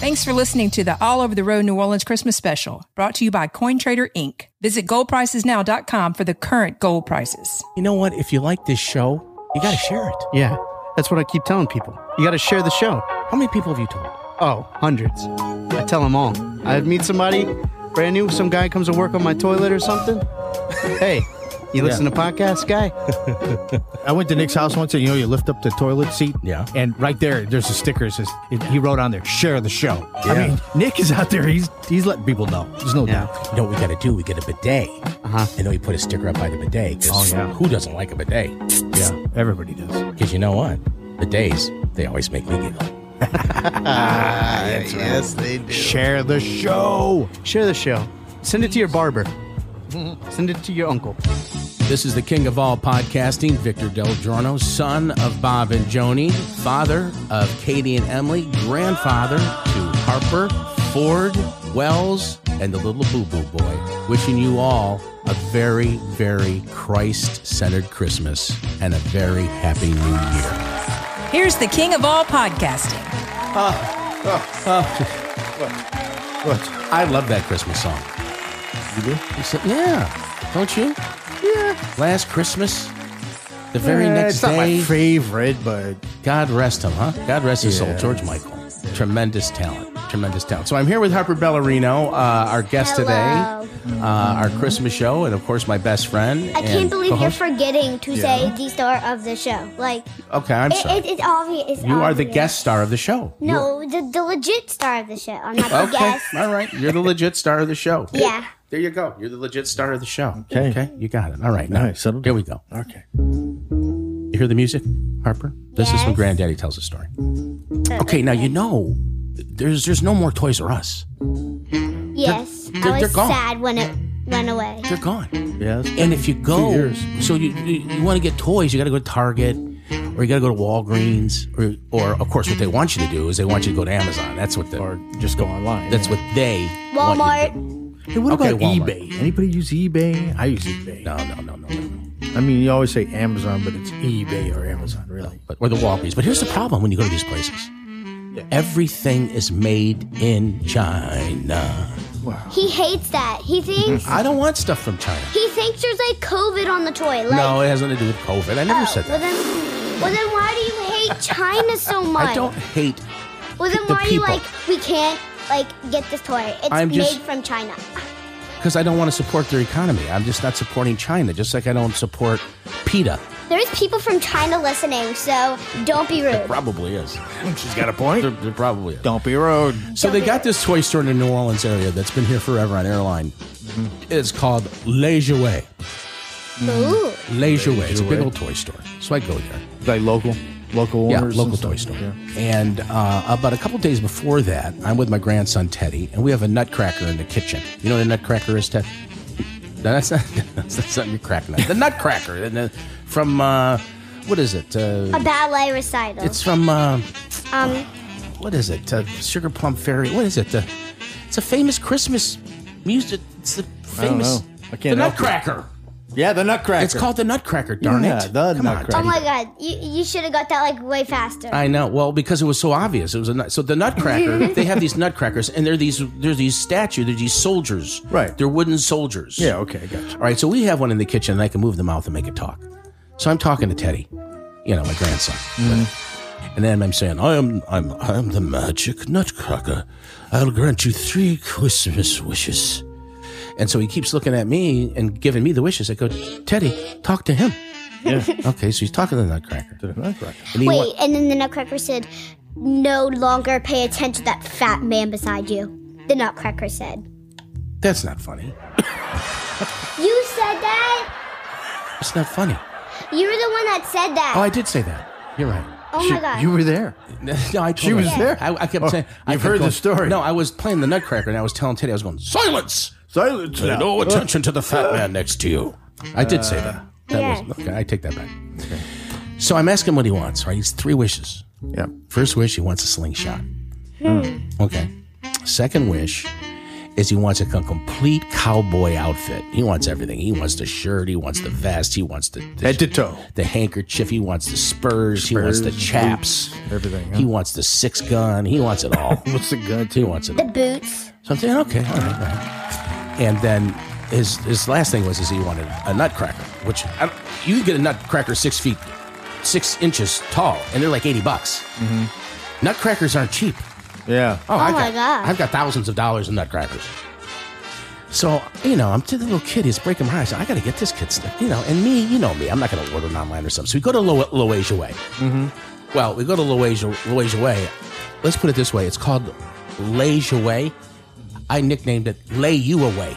Speaker 1: Thanks for listening to the All Over the Road New Orleans Christmas Special, brought to you by CoinTrader Inc. Visit goldpricesnow.com for the current gold prices.
Speaker 2: You know what? If you like this show, you got to share it.
Speaker 11: Yeah, that's what I keep telling people. You got to share the show.
Speaker 2: How many people have you told?
Speaker 11: Oh, hundreds. I tell them all. I meet somebody brand new, some guy comes to work on my toilet or something. hey, you listen to podcasts, guy?
Speaker 3: I went to Nick's house once, and you know, you lift up the toilet seat.
Speaker 2: Yeah.
Speaker 3: And right there, there's a sticker. That says it, he wrote on there, "Share the show." I
Speaker 2: Yeah.
Speaker 3: mean, Nick is out there. He's he's letting people know. There's no
Speaker 11: Yeah.
Speaker 3: doubt.
Speaker 2: You know what we got to do? We get a bidet. Uh-huh. And then we put a sticker up by the bidet. 'cause
Speaker 3: Oh, yeah.
Speaker 2: Who doesn't like a bidet?
Speaker 3: Yeah. Everybody does.
Speaker 2: Because you know what? Bidets, they always make me giggle.
Speaker 11: yes, they do.
Speaker 3: Share the show.
Speaker 11: Share the show. Send it to your barber. Send it to your uncle.
Speaker 2: This is the king of all podcasting, Victor Del Giorno, son of Bob and Joni, father of Katie and Emily, grandfather to Harper, Ford, Wells, and the little boo boo boy. Wishing you all a very, very Christ centered Christmas and a very happy new year.
Speaker 1: Here's the king of all podcasting.
Speaker 2: I love that Christmas song. You do? said, yeah. Don't you? Yeah. Last Christmas, the very
Speaker 3: Eh,
Speaker 2: next
Speaker 3: it's
Speaker 2: day.
Speaker 3: not my
Speaker 2: favorite, but God rest him, huh? God rest his soul, George Michael. Tremendous talent, tremendous talent. So I'm here with Harper Bellarino, uh, our guest today, uh, our Christmas show, and of course my best friend.
Speaker 5: I can't believe you're forgetting to
Speaker 2: Uh-huh. Yeah.
Speaker 5: say the star of the show. Like,
Speaker 2: Okay, I'm
Speaker 5: it,
Speaker 2: sorry.
Speaker 5: it- it's obvious. It's
Speaker 2: you are the
Speaker 5: obvious.
Speaker 2: guest star of the show.
Speaker 5: No, the, the legit star of the show. I'm not the
Speaker 2: Okay.
Speaker 5: guest.
Speaker 2: All right. You're the legit star of the show.
Speaker 5: Yeah.
Speaker 2: There you go. You're the legit star of the show. Okay. Okay. You got it. All right. Now, Here we go. Okay. You hear the music, Harper? This is when Granddaddy tells a story. Okay. Now, you know, there's there's no more Toys R Us.
Speaker 5: Yes,
Speaker 2: they're-
Speaker 5: I
Speaker 2: they're
Speaker 5: was
Speaker 2: gone.
Speaker 5: sad when it went away.
Speaker 2: They're gone. Yes. And if you go, so you, you, you want to get toys, you got to go to Target or you got to go to Walgreens or, or, of course, what they want you to do is they want you to go to Amazon. That's what the. Or just go online. That's what they want you to
Speaker 5: Walmart.
Speaker 3: Hey, what
Speaker 2: Okay,
Speaker 3: about
Speaker 2: Walmart.
Speaker 3: eBay? Anybody use eBay? I use eBay.
Speaker 2: No, no, no, no,
Speaker 3: no. I mean, you always say Amazon, but it's eBay or Amazon, really.
Speaker 2: but or the Walgreens. But here's the problem when you go to these places. Everything is made in China.
Speaker 5: He hates that. He thinks
Speaker 2: I don't want stuff from China.
Speaker 5: he thinks there's like COVID on the toy. Like,
Speaker 2: no, it has nothing to do with COVID. I never
Speaker 5: oh,
Speaker 2: said
Speaker 5: Well
Speaker 2: that.
Speaker 5: then, well then, why do you hate China so much?
Speaker 2: I don't hate.
Speaker 5: Well then,
Speaker 2: the
Speaker 5: why are you
Speaker 2: people.
Speaker 5: like we can't like get this toy? It's
Speaker 2: I'm
Speaker 5: made
Speaker 2: just-
Speaker 5: from China.
Speaker 2: Because I don't want to support their economy. I'm just not supporting China, just like I don't support PETA.
Speaker 5: There is people from China listening, so don't be rude.
Speaker 2: Probably is. She's got a point. There, there probably is. Don't be rude. So
Speaker 5: Don't
Speaker 2: they
Speaker 5: be
Speaker 2: got this toy store in the New Orleans area that's been here forever on airline. It's called Le Jouet.
Speaker 5: Ooh.
Speaker 2: Le Jouet. It's a big
Speaker 3: Jouet.
Speaker 2: old toy store. So I go there.
Speaker 3: Like local, local
Speaker 2: Yeah,
Speaker 3: owners.
Speaker 2: local toy store. And uh, about a couple days before that, I'm with my grandson Teddy, and we have a nutcracker in the kitchen. You know what a nutcracker is, Ted? No, that's not, that's not something you're cracking at. The nutcracker and the, from, uh, what is it? Uh,
Speaker 5: A ballet recital.
Speaker 2: it's from, uh,
Speaker 5: um.
Speaker 2: what is it? Uh, Sugar Plum Fairy. What is it? The, it's a famous Christmas music. It's the
Speaker 3: I don't
Speaker 2: famous.
Speaker 3: know. I can't
Speaker 2: The
Speaker 3: help you.
Speaker 2: nutcracker.
Speaker 3: Yeah, the Nutcracker.
Speaker 2: It's called the nutcracker, darn
Speaker 3: Yeah,
Speaker 2: it.
Speaker 3: the
Speaker 2: Come on,
Speaker 3: Nutcracker.
Speaker 5: Oh
Speaker 2: Teddy.
Speaker 5: my God! You you should have got that like way faster.
Speaker 2: I know. Well, because it was so obvious, it was a nut. So the Nutcracker, they have these Nutcrackers, and they're these they're these statue, they're these soldiers, right? They're wooden soldiers.
Speaker 3: Yeah, okay, gotcha.
Speaker 2: All right, so we have one in the kitchen, and I can move the mouth and make it talk. So I'm talking to Teddy, you know, my grandson,
Speaker 3: Mm-hmm.
Speaker 2: and then I'm saying, "I am, I'm, I'm the magic Nutcracker. I'll grant you three Christmas wishes." And so he keeps looking at me and giving me the wishes. I go, Teddy, talk to him. Yeah. okay, so he's talking to the Nutcracker. To the Nutcracker. And he
Speaker 5: Wait,
Speaker 2: wa-
Speaker 5: and then the Nutcracker said, "No longer pay attention to that fat man beside you." The Nutcracker said,
Speaker 2: That's not funny.
Speaker 5: "You said that.
Speaker 2: It's not funny.
Speaker 5: You were the one that said that."
Speaker 2: Oh, I did say that. You're right.
Speaker 5: Oh my God.
Speaker 2: were there. No, I told
Speaker 3: She was
Speaker 2: her.
Speaker 3: there?
Speaker 2: I, I kept
Speaker 3: Oh,
Speaker 2: saying. I
Speaker 3: you've
Speaker 2: kept
Speaker 3: heard the
Speaker 2: going-
Speaker 3: story.
Speaker 2: No, I was playing the Nutcracker, and I was telling Teddy, I was going silence,
Speaker 3: silence,
Speaker 2: Pay
Speaker 3: now."
Speaker 2: no attention to the fat man next to you. I did say
Speaker 3: Uh,
Speaker 2: that. That
Speaker 3: yes.
Speaker 2: was okay. I take that back. So I'm asking what he wants. Right? He's three wishes. Yeah. First wish, he wants a slingshot. Okay. Second wish is he wants a com- complete cowboy outfit. He wants everything. He wants the shirt. He wants the vest. He wants the, the head to toe, the handkerchief. He wants the spurs. he wants the
Speaker 3: Spurs,
Speaker 2: chaps. everything. He wants the six gun. He wants it all. What's the gun? He wants it.
Speaker 5: the
Speaker 2: All.
Speaker 5: boots.
Speaker 2: So I'm saying, okay, all right, all right. And then his his last thing was is he wanted a nutcracker, which I, don't- you can get a nutcracker six feet, six inches tall, and they're like eighty bucks. Nutcrackers aren't cheap. Yeah. Oh,
Speaker 5: Oh
Speaker 2: I've
Speaker 5: my
Speaker 2: got,
Speaker 5: God.
Speaker 2: I've got thousands of dollars in nutcrackers. So, you know, I'm to the little kid. He's breaking my eyes. I got to get this kid stuff. You know, and me, you know me. I'm not going to order it online or something. So we go to Lo- Loasia Way. Mm-hmm. Well, we go to Loasia, Loasia Way. Let's put it this way. It's called Lasia Way. I nicknamed it Lay You Away.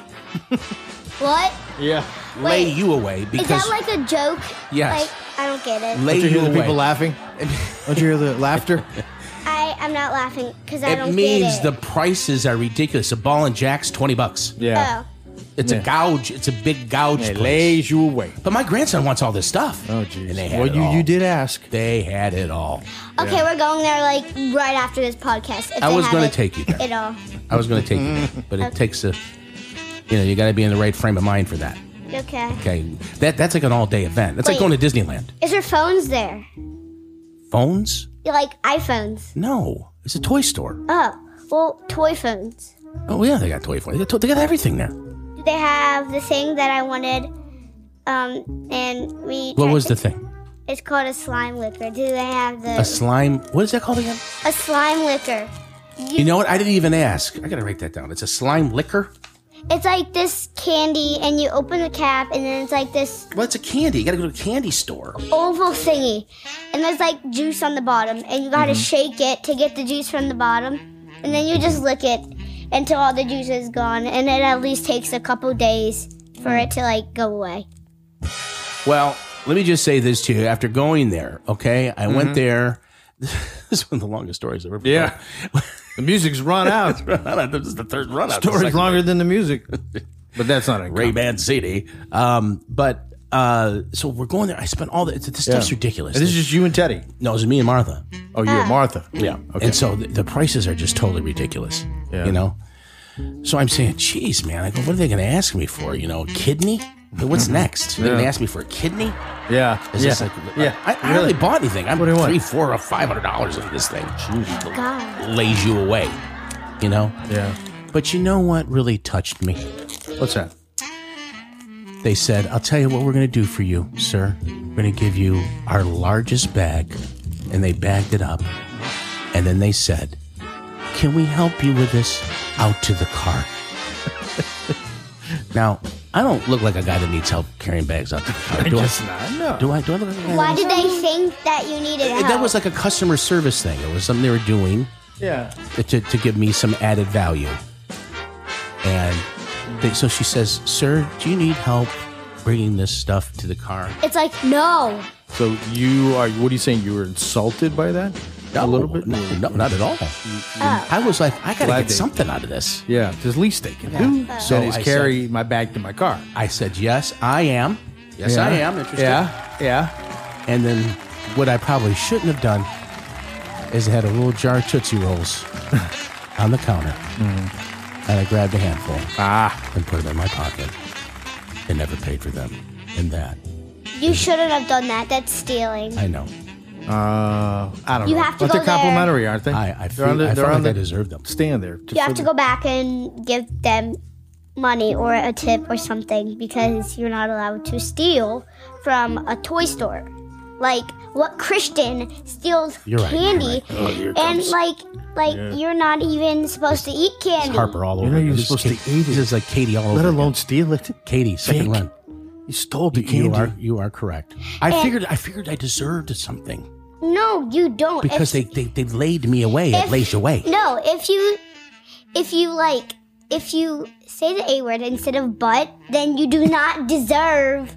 Speaker 5: What?
Speaker 2: Yeah. Lay
Speaker 5: Wait,
Speaker 2: You Away
Speaker 5: Is
Speaker 2: because
Speaker 5: that like a joke?
Speaker 2: Yes.
Speaker 5: Like, I don't get it.
Speaker 2: Lay
Speaker 3: Don't you hear the
Speaker 2: away.
Speaker 3: people laughing? Don't you hear the laughter?
Speaker 5: I I'm not laughing because I
Speaker 2: it
Speaker 5: don't
Speaker 2: means
Speaker 5: get
Speaker 2: the
Speaker 5: it.
Speaker 2: prices are ridiculous. A ball and jack's 20 bucks.
Speaker 5: Yeah.
Speaker 2: It's
Speaker 3: Yeah.
Speaker 2: a gouge. It's a big gouge.
Speaker 3: It
Speaker 2: place.
Speaker 3: lays you away.
Speaker 2: But my grandson wants all this stuff. Oh, jeez. And they had
Speaker 3: Well,
Speaker 2: it
Speaker 3: you-
Speaker 2: all.
Speaker 3: you
Speaker 2: did ask. They had it all.
Speaker 5: Okay, we're going there like right after this podcast. If
Speaker 2: I
Speaker 5: they
Speaker 2: was
Speaker 5: have
Speaker 2: gonna
Speaker 5: it-
Speaker 2: take you there.
Speaker 5: It all.
Speaker 2: I was going to take you
Speaker 3: Mm.
Speaker 2: there, but it takes a, you know, you got to be in the right frame of mind for that.
Speaker 5: Okay.
Speaker 2: Okay, that that's like an all day event. That's like
Speaker 5: Wait.
Speaker 2: going to Disneyland.
Speaker 5: Is there phones there?
Speaker 2: Phones?
Speaker 5: Like iPhones.
Speaker 2: No, it's a toy store.
Speaker 5: Oh, well, toy phones.
Speaker 2: Oh yeah, they got toy phones. They got, to- they got everything there.
Speaker 5: They have the thing that I wanted, um, and we.
Speaker 2: What
Speaker 5: tried
Speaker 2: was
Speaker 5: to-
Speaker 2: the thing?
Speaker 5: It's called a slime liquor. Do they have the
Speaker 2: A slime. What is that called again?
Speaker 5: a slime liquor?
Speaker 2: You know what? I didn't even ask. I gotta write that down. It's a slime liquor.
Speaker 5: It's like this candy, and you open the cap, and then it's like this
Speaker 2: Well, it's a candy. You gotta go to a candy store.
Speaker 5: oval thingy, and there's like juice on the bottom, and you gotta
Speaker 2: Mhm.
Speaker 5: shake it to get the juice from the bottom, and then you just lick it until all the juice is gone, and it at least takes a couple days for it to like go away.
Speaker 2: Well, let me just say this to you. After going there, okay, I
Speaker 3: Mhm.
Speaker 2: went there. this is one of the longest stories I've ever.
Speaker 3: Yeah.
Speaker 2: the music's run
Speaker 3: out.
Speaker 2: it's run out. This is the third run out.
Speaker 3: Story's longer
Speaker 2: than the music, but that's not a Ray Mancini. Um, but uh, so we're going there. I spent all the. This stuff's
Speaker 3: Yeah.
Speaker 2: ridiculous.
Speaker 3: And this is just you and Teddy.
Speaker 2: No, it was me and Martha.
Speaker 3: Oh, you and Martha.
Speaker 2: Yeah.
Speaker 3: Okay.
Speaker 2: And so the, the prices are just totally ridiculous. You know? So I'm saying, geez, man, I go, what are they going to ask me for? You know, a kidney? But What's next? They're going to
Speaker 3: Yeah.
Speaker 2: ask me for a kidney?
Speaker 3: Yeah.
Speaker 2: Is
Speaker 3: yeah.
Speaker 2: this like,
Speaker 3: yeah.
Speaker 2: I, I hardly
Speaker 3: Really?
Speaker 2: bought anything. I'm
Speaker 3: What do you want?
Speaker 2: three, four, or five hundred dollars into this thing. Jeez,
Speaker 5: God.
Speaker 2: lays you away, you know?
Speaker 3: Yeah.
Speaker 2: But you know what really touched me?
Speaker 3: What's that?
Speaker 2: They said, I'll tell you what we're going to do for you, sir. We're going to give you our largest bag. And they bagged it up. And then they said, Can we help you with this out to the car? now, I don't look like a guy that needs help carrying bags out to the car. Do I?
Speaker 3: guess not, no.
Speaker 2: Do I? Do I look like a guy
Speaker 5: Why
Speaker 2: that
Speaker 5: did they think that you needed help?
Speaker 2: That was like a customer service thing. It was something they were doing
Speaker 5: yeah.
Speaker 2: to, to give me some added value. And they, so she says, Sir, do you need help bringing this stuff to the car?
Speaker 5: It's like no.
Speaker 3: So you are, what are you saying? You were insulted by that? a little bit? No,
Speaker 2: no, not at all.
Speaker 5: Oh.
Speaker 2: I was like, I got to
Speaker 3: Glad
Speaker 2: get
Speaker 3: they-
Speaker 2: something out of this.
Speaker 3: Yeah, the least they can
Speaker 2: Yeah.
Speaker 3: do.
Speaker 2: Uh,
Speaker 3: So
Speaker 2: So
Speaker 3: is
Speaker 2: I
Speaker 3: carry my bag to my car.
Speaker 2: I said, Yes, I am. Yes,
Speaker 3: Yeah.
Speaker 2: I am interested.
Speaker 3: Yeah,
Speaker 2: yeah. And then what I probably shouldn't have done is I had a little jar of Tootsie Rolls on the counter. And I grabbed a handful Mm-hmm. ah. and put them in my pocket and never paid for them. And that,
Speaker 5: You shouldn't have done that. That's stealing.
Speaker 2: I know.
Speaker 3: Uh, I don't
Speaker 5: You
Speaker 3: know.
Speaker 5: have to
Speaker 3: but
Speaker 5: go
Speaker 3: they're
Speaker 5: there.
Speaker 3: complimentary, aren't they?
Speaker 2: I, I,
Speaker 3: They're
Speaker 2: feel,
Speaker 3: on the-
Speaker 2: I
Speaker 3: they're
Speaker 2: felt
Speaker 3: on
Speaker 2: like I
Speaker 3: the-
Speaker 2: deserve them.
Speaker 3: Stand there.
Speaker 5: You have to go back and give them money or a tip or something because you're not allowed to steal from a toy store. Like what Christian steals
Speaker 2: You're right, you're
Speaker 5: candy,
Speaker 2: right. Oh, here it
Speaker 5: and
Speaker 2: comes.
Speaker 5: like like
Speaker 2: Yeah.
Speaker 5: you're not even supposed to eat
Speaker 2: It's
Speaker 5: candy.
Speaker 2: Harper all over. You're supposed to eat it. This is like Katie all over.
Speaker 3: Let
Speaker 2: alone
Speaker 3: steal it.
Speaker 2: Katie, second
Speaker 3: Fake.
Speaker 2: run.
Speaker 3: You stole the
Speaker 2: You
Speaker 3: candy.
Speaker 2: are you are correct. I
Speaker 5: And-
Speaker 2: figured I figured I deserved something
Speaker 5: No, you don't.
Speaker 2: because
Speaker 5: If-
Speaker 2: they, they they laid me away.
Speaker 5: if-
Speaker 2: it lays you away.
Speaker 5: No, if you if you like if you say the A word instead of but, then you do not deserve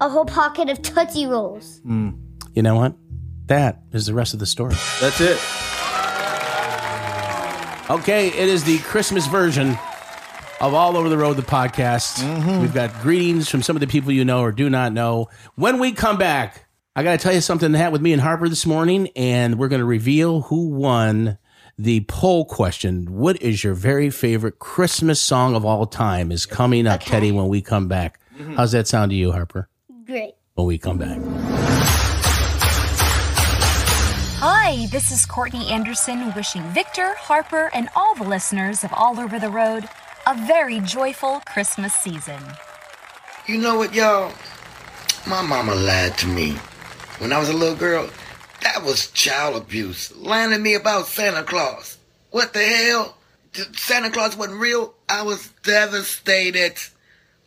Speaker 5: a whole pocket of Tootsie Rolls.
Speaker 2: You know what? That is the rest of the story.
Speaker 3: That's it.
Speaker 2: Okay, it is the Christmas version of All Over the Road, the podcast.
Speaker 3: Mm-hmm.
Speaker 2: We've got greetings from some of the people you know or do not know. When we come back, I got to tell you something that happened with me and Harper this morning, and we're going to reveal who won the poll question. What is your very favorite Christmas song of all time? Is coming up, Teddy, when we come back. How's that sound to you, Harper?
Speaker 12: Great.
Speaker 2: When we come back.
Speaker 12: Hi, this is Courtney Anderson wishing Victor, Harper, and all the listeners of All Over the Road a very joyful Christmas season.
Speaker 13: You know what, y'all? My mama lied to me. When I was a little girl, that was child abuse. Lying to me about Santa Claus. What the hell? Th- Santa Claus wasn't real. I was devastated.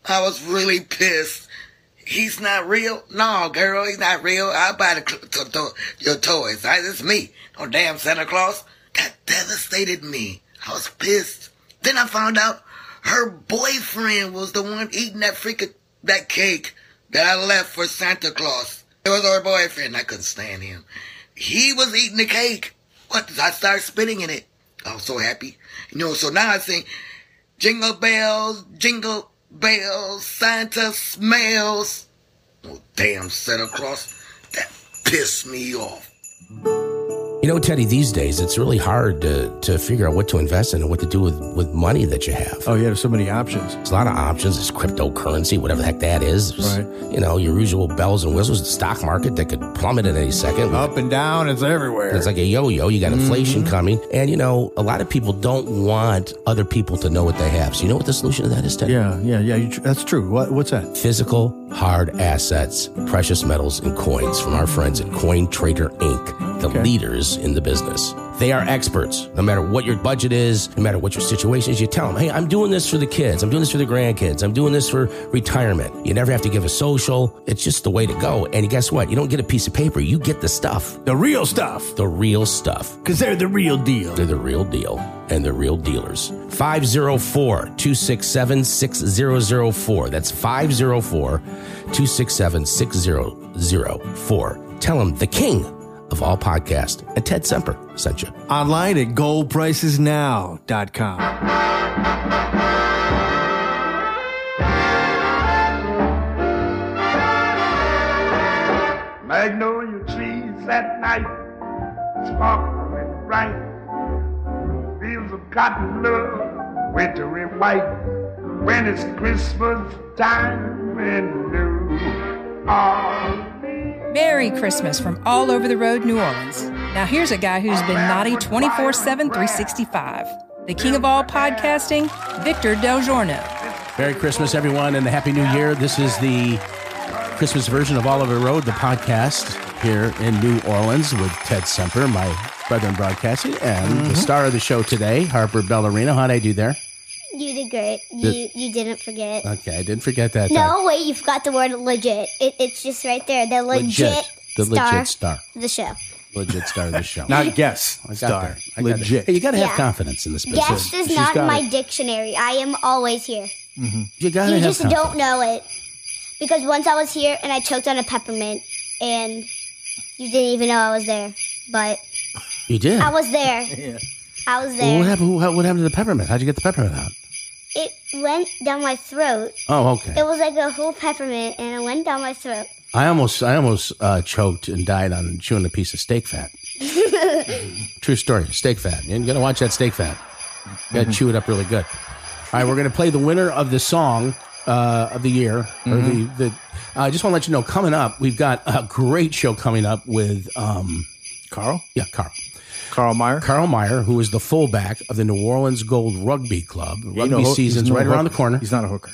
Speaker 13: I was really pissed. He's not real? No, girl, he's not real. I buy the cl- to- to- your toys. I, it's me. No damn Santa Claus. That devastated me. I was pissed. Then I found out her boyfriend was the one eating that freaking that cake that I left for Santa Claus. It was her boyfriend. I couldn't stand him. He was eating the cake. What? I started spitting in it. I was so happy. You know, so now I sing, Jingle bells, jingle bells, Santa smells. Oh, damn Santa Claus. That pissed me off.
Speaker 2: You know, Teddy, these days it's really hard to, to figure out what to invest in and what to do with, with money that you have.
Speaker 3: Oh, yeah, there's so many options.
Speaker 2: There's a lot of options. There's cryptocurrency, whatever the heck that is. There's, You know, your usual bells and whistles, the stock market that could plummet at any second.
Speaker 3: Up and down, it's everywhere.
Speaker 2: It's like a yo yo. You got inflation coming. And, you know, a lot of people don't want other people to know what they have. So, you know what the solution to that is, Teddy?
Speaker 3: Yeah, yeah, yeah. You, tr- that's true. What, what's that?
Speaker 2: Physical hard assets, precious metals, and coins from our friends at Coin Trader Inc., the leaders in the business. They are experts. No matter what your budget is, no matter what your situation is, you tell them, hey, I'm doing this for the kids. I'm doing this for the grandkids. I'm doing this for retirement. You never have to give a social. It's just the way to go. And guess what? You don't get a piece of paper. You get the stuff.
Speaker 3: The real stuff.
Speaker 2: The real stuff.
Speaker 3: Because they're the real deal.
Speaker 2: They're the real deal. And they're real dealers. 504 267 6004. That's 504 267 6004. Tell them the king of all podcasts and Ted Semper sent you.
Speaker 3: Online at goldpricesnow.com.
Speaker 4: Magnolia trees at night sparkle and bright. Fields of cotton love, wintry white. When it's Christmas time in New Orleans.
Speaker 1: Merry Christmas from all over the road, New Orleans. Now, here's a guy who's been naughty 24 7, 365. The king of all podcasting, Victor Del Giorno.
Speaker 2: Merry Christmas, everyone, and a Happy New Year. This is the Christmas version of Oliver Road, the podcast here in New Orleans with Ted Semper, my brother in broadcasting, and the
Speaker 5: Mhm.
Speaker 2: star of the show today, Harper Ballerina. How'd I do there?
Speaker 5: You did great. You
Speaker 2: Did- Uh,
Speaker 5: you didn't forget.
Speaker 2: Okay, I didn't forget that. time.
Speaker 5: No, wait, you forgot the word legit. It, it's just right there. The legit,
Speaker 2: The
Speaker 5: star,
Speaker 2: legit star.
Speaker 5: of the show.
Speaker 2: Legit star of the show.
Speaker 3: Not guess.
Speaker 2: I got
Speaker 3: Star.
Speaker 2: there. I got there.
Speaker 3: Legit.
Speaker 2: Hey, you got to have
Speaker 5: Yeah.
Speaker 2: confidence in this business.
Speaker 5: Guest is not in my dictionary. I am always here.
Speaker 2: You got to
Speaker 5: you
Speaker 2: have
Speaker 5: just
Speaker 2: confidence.
Speaker 5: don't know it. Because once I was here and I choked on a peppermint and you didn't even know I was there. But
Speaker 2: You did.
Speaker 5: I was there. I was
Speaker 2: Well,
Speaker 5: there.
Speaker 2: What happened? What what happened to the peppermint? How'd you get the peppermint out?
Speaker 5: It went down my throat.
Speaker 2: Oh, okay.
Speaker 5: It was like a whole peppermint and it went down my throat.
Speaker 2: I almost, I almost uh, choked and died on chewing a piece of steak fat. True story. Steak fat. You're gonna watch that steak fat. You gotta chew it up really good. All right, we're gonna play the winner of the song uh, of the year. Or
Speaker 3: Mm-hmm.
Speaker 14: Mhm.
Speaker 2: the, the, I just want to let you know, coming up, we've got a great show coming up with um,
Speaker 3: Carl.
Speaker 2: Yeah, Carl.
Speaker 3: Carl Meyer.
Speaker 2: Carl Meyer, who is the fullback of the New Orleans Gold Rugby Club. Rugby
Speaker 3: no hoo-
Speaker 2: season's
Speaker 3: he's no
Speaker 2: right around the
Speaker 3: hooker.
Speaker 2: corner.
Speaker 3: He's not a hooker.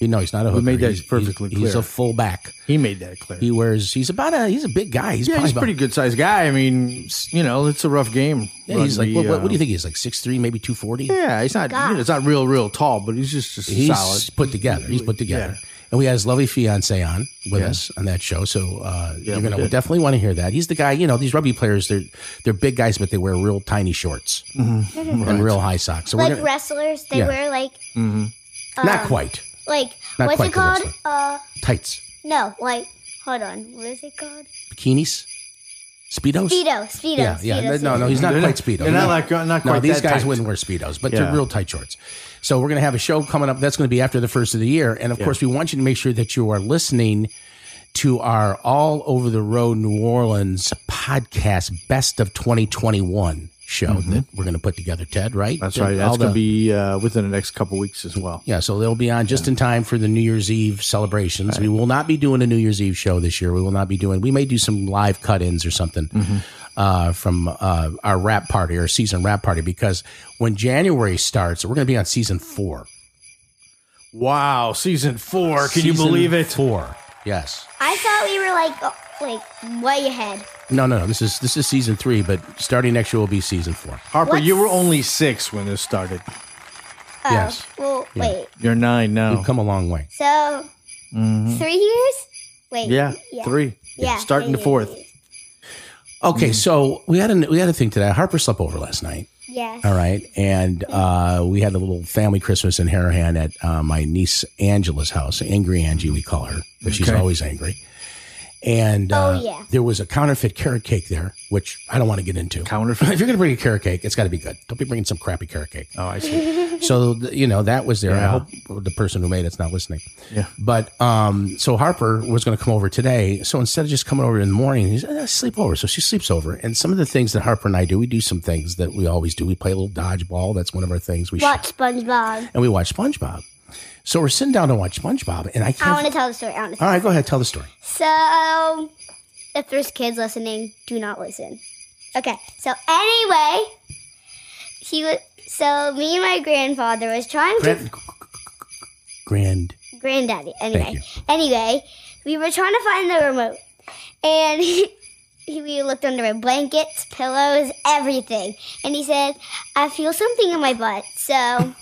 Speaker 2: You know, he's not a hooker.
Speaker 3: We made that
Speaker 2: He's-
Speaker 3: perfectly
Speaker 2: he's,
Speaker 3: clear.
Speaker 2: He's a fullback.
Speaker 3: He made that clear.
Speaker 2: He wears. He's about a. He's a big guy. He's
Speaker 3: yeah,
Speaker 2: probably
Speaker 3: he's a
Speaker 2: about-
Speaker 3: pretty good sized guy. I mean, s- you know, it's a rough game.
Speaker 2: Yeah, he's like, what, what, what do you
Speaker 3: think?
Speaker 2: think? He's like 6'3", maybe 240?
Speaker 3: Yeah, he's not. You know, it's not real, real tall, but he's just, just
Speaker 2: He's
Speaker 3: solid.
Speaker 2: put together. He's put together. And we had his lovely fiance on with us on that show. So uh, you're
Speaker 3: we
Speaker 2: going to
Speaker 3: did.
Speaker 2: definitely want to hear that. He's the guy, you know, these rugby players, they're they're big guys, but they wear real tiny shorts
Speaker 3: Mm-hmm.
Speaker 2: and real high socks. So
Speaker 5: like
Speaker 2: we're gonna,
Speaker 5: wrestlers, they
Speaker 2: Yeah.
Speaker 5: wear like
Speaker 2: hmm Not
Speaker 5: um,
Speaker 2: quite.
Speaker 5: like
Speaker 2: Not
Speaker 5: what's
Speaker 2: quite
Speaker 5: it
Speaker 2: the
Speaker 5: called?
Speaker 2: wrestler.
Speaker 5: Uh,
Speaker 2: Tights,
Speaker 5: no, like hold on, what is it called?
Speaker 2: bikinis, Speedos.
Speaker 5: Speedo, speedo,
Speaker 2: yeah, yeah.
Speaker 5: Speedo,
Speaker 2: No, no, he's not
Speaker 3: They're
Speaker 2: quite
Speaker 3: not-
Speaker 2: speedo.
Speaker 3: they're not like- not
Speaker 2: No,
Speaker 3: quite
Speaker 2: these
Speaker 3: that
Speaker 2: guys
Speaker 3: tight.
Speaker 2: wouldn't wear speedos, but
Speaker 3: Yeah.
Speaker 2: they're real tight shorts. So we're gonna have a show coming up. That's gonna be after the first of the year, and of course, we want you to make sure that you are listening to our all over the road New Orleans podcast, best of 2021 show that we're gonna put together. Ted, right?
Speaker 3: Mm-hmm. That's right. That's
Speaker 2: All
Speaker 3: going to
Speaker 2: the-
Speaker 3: be uh, within the next couple weeks as well.
Speaker 2: Yeah, so they'll be on just in time for the New Year's Eve celebrations. We will not be doing a New Year's Eve show this year. We will not be doing. We may do some live cut-ins or something
Speaker 3: Mm-hmm.
Speaker 2: uh, from uh, our wrap party or season wrap party because when January starts, we're going to be on season four.
Speaker 3: Wow, season four. Can you
Speaker 2: Season
Speaker 3: believe it?
Speaker 2: Four. Yes.
Speaker 5: I thought we were like uh, like way ahead.
Speaker 2: No, no, no. This is this is season three, but starting next year will be season four.
Speaker 3: Harper, you were only six when this started.
Speaker 5: Oh,
Speaker 2: Yes.
Speaker 5: Well,
Speaker 2: Yeah.
Speaker 5: wait.
Speaker 3: You're nine now.
Speaker 2: You've come a long way.
Speaker 5: So
Speaker 3: Mhm.
Speaker 5: three years? Wait.
Speaker 3: Yeah, three.
Speaker 5: Yeah.
Speaker 3: Starting the
Speaker 5: three
Speaker 3: fourth.
Speaker 5: years.
Speaker 2: Okay,
Speaker 3: Mm-hmm.
Speaker 2: so we had a we had a thing today. Harper slept over last night.
Speaker 5: Yes.
Speaker 2: All right. And uh, we had a little family Christmas in Harahan at uh, my niece Angela's house, Angry Angie, we call her, because she's
Speaker 3: Okay.
Speaker 2: always angry. and uh,
Speaker 5: Oh, yeah.
Speaker 2: there was a counterfeit carrot cake there, which I don't want to get into. Counterfeit. if you're going to bring a carrot cake, it's got to be good. Don't be bringing some crappy carrot cake. Oh, I
Speaker 5: see.
Speaker 2: so th- you know that was there.
Speaker 3: Yeah.
Speaker 2: I hope the person who made it's not listening.
Speaker 3: Yeah.
Speaker 2: But um, so Harper was going to come over today. So instead of just coming over in the morning, he's eh, sleep over. So she sleeps over. And some of the things that Harper and I do, we do some things that we always do. We play a little dodgeball. That's one of our things. We sh-
Speaker 5: Watch SpongeBob.
Speaker 2: and we watch SpongeBob. So we're sitting down to watch SpongeBob, and I
Speaker 5: I want
Speaker 2: can't.
Speaker 5: to tell the story. I want to
Speaker 2: All right, go ahead, tell the story.
Speaker 5: So, if there's kids listening, do not listen. Okay. So anyway, he was. So me and my grandfather was trying
Speaker 2: Grand, grand.
Speaker 5: to granddaddy. Anyway, anyway, we were trying to find the remote, and he, he, we looked under my blankets, pillows, everything, and he said, "I feel something in my butt." So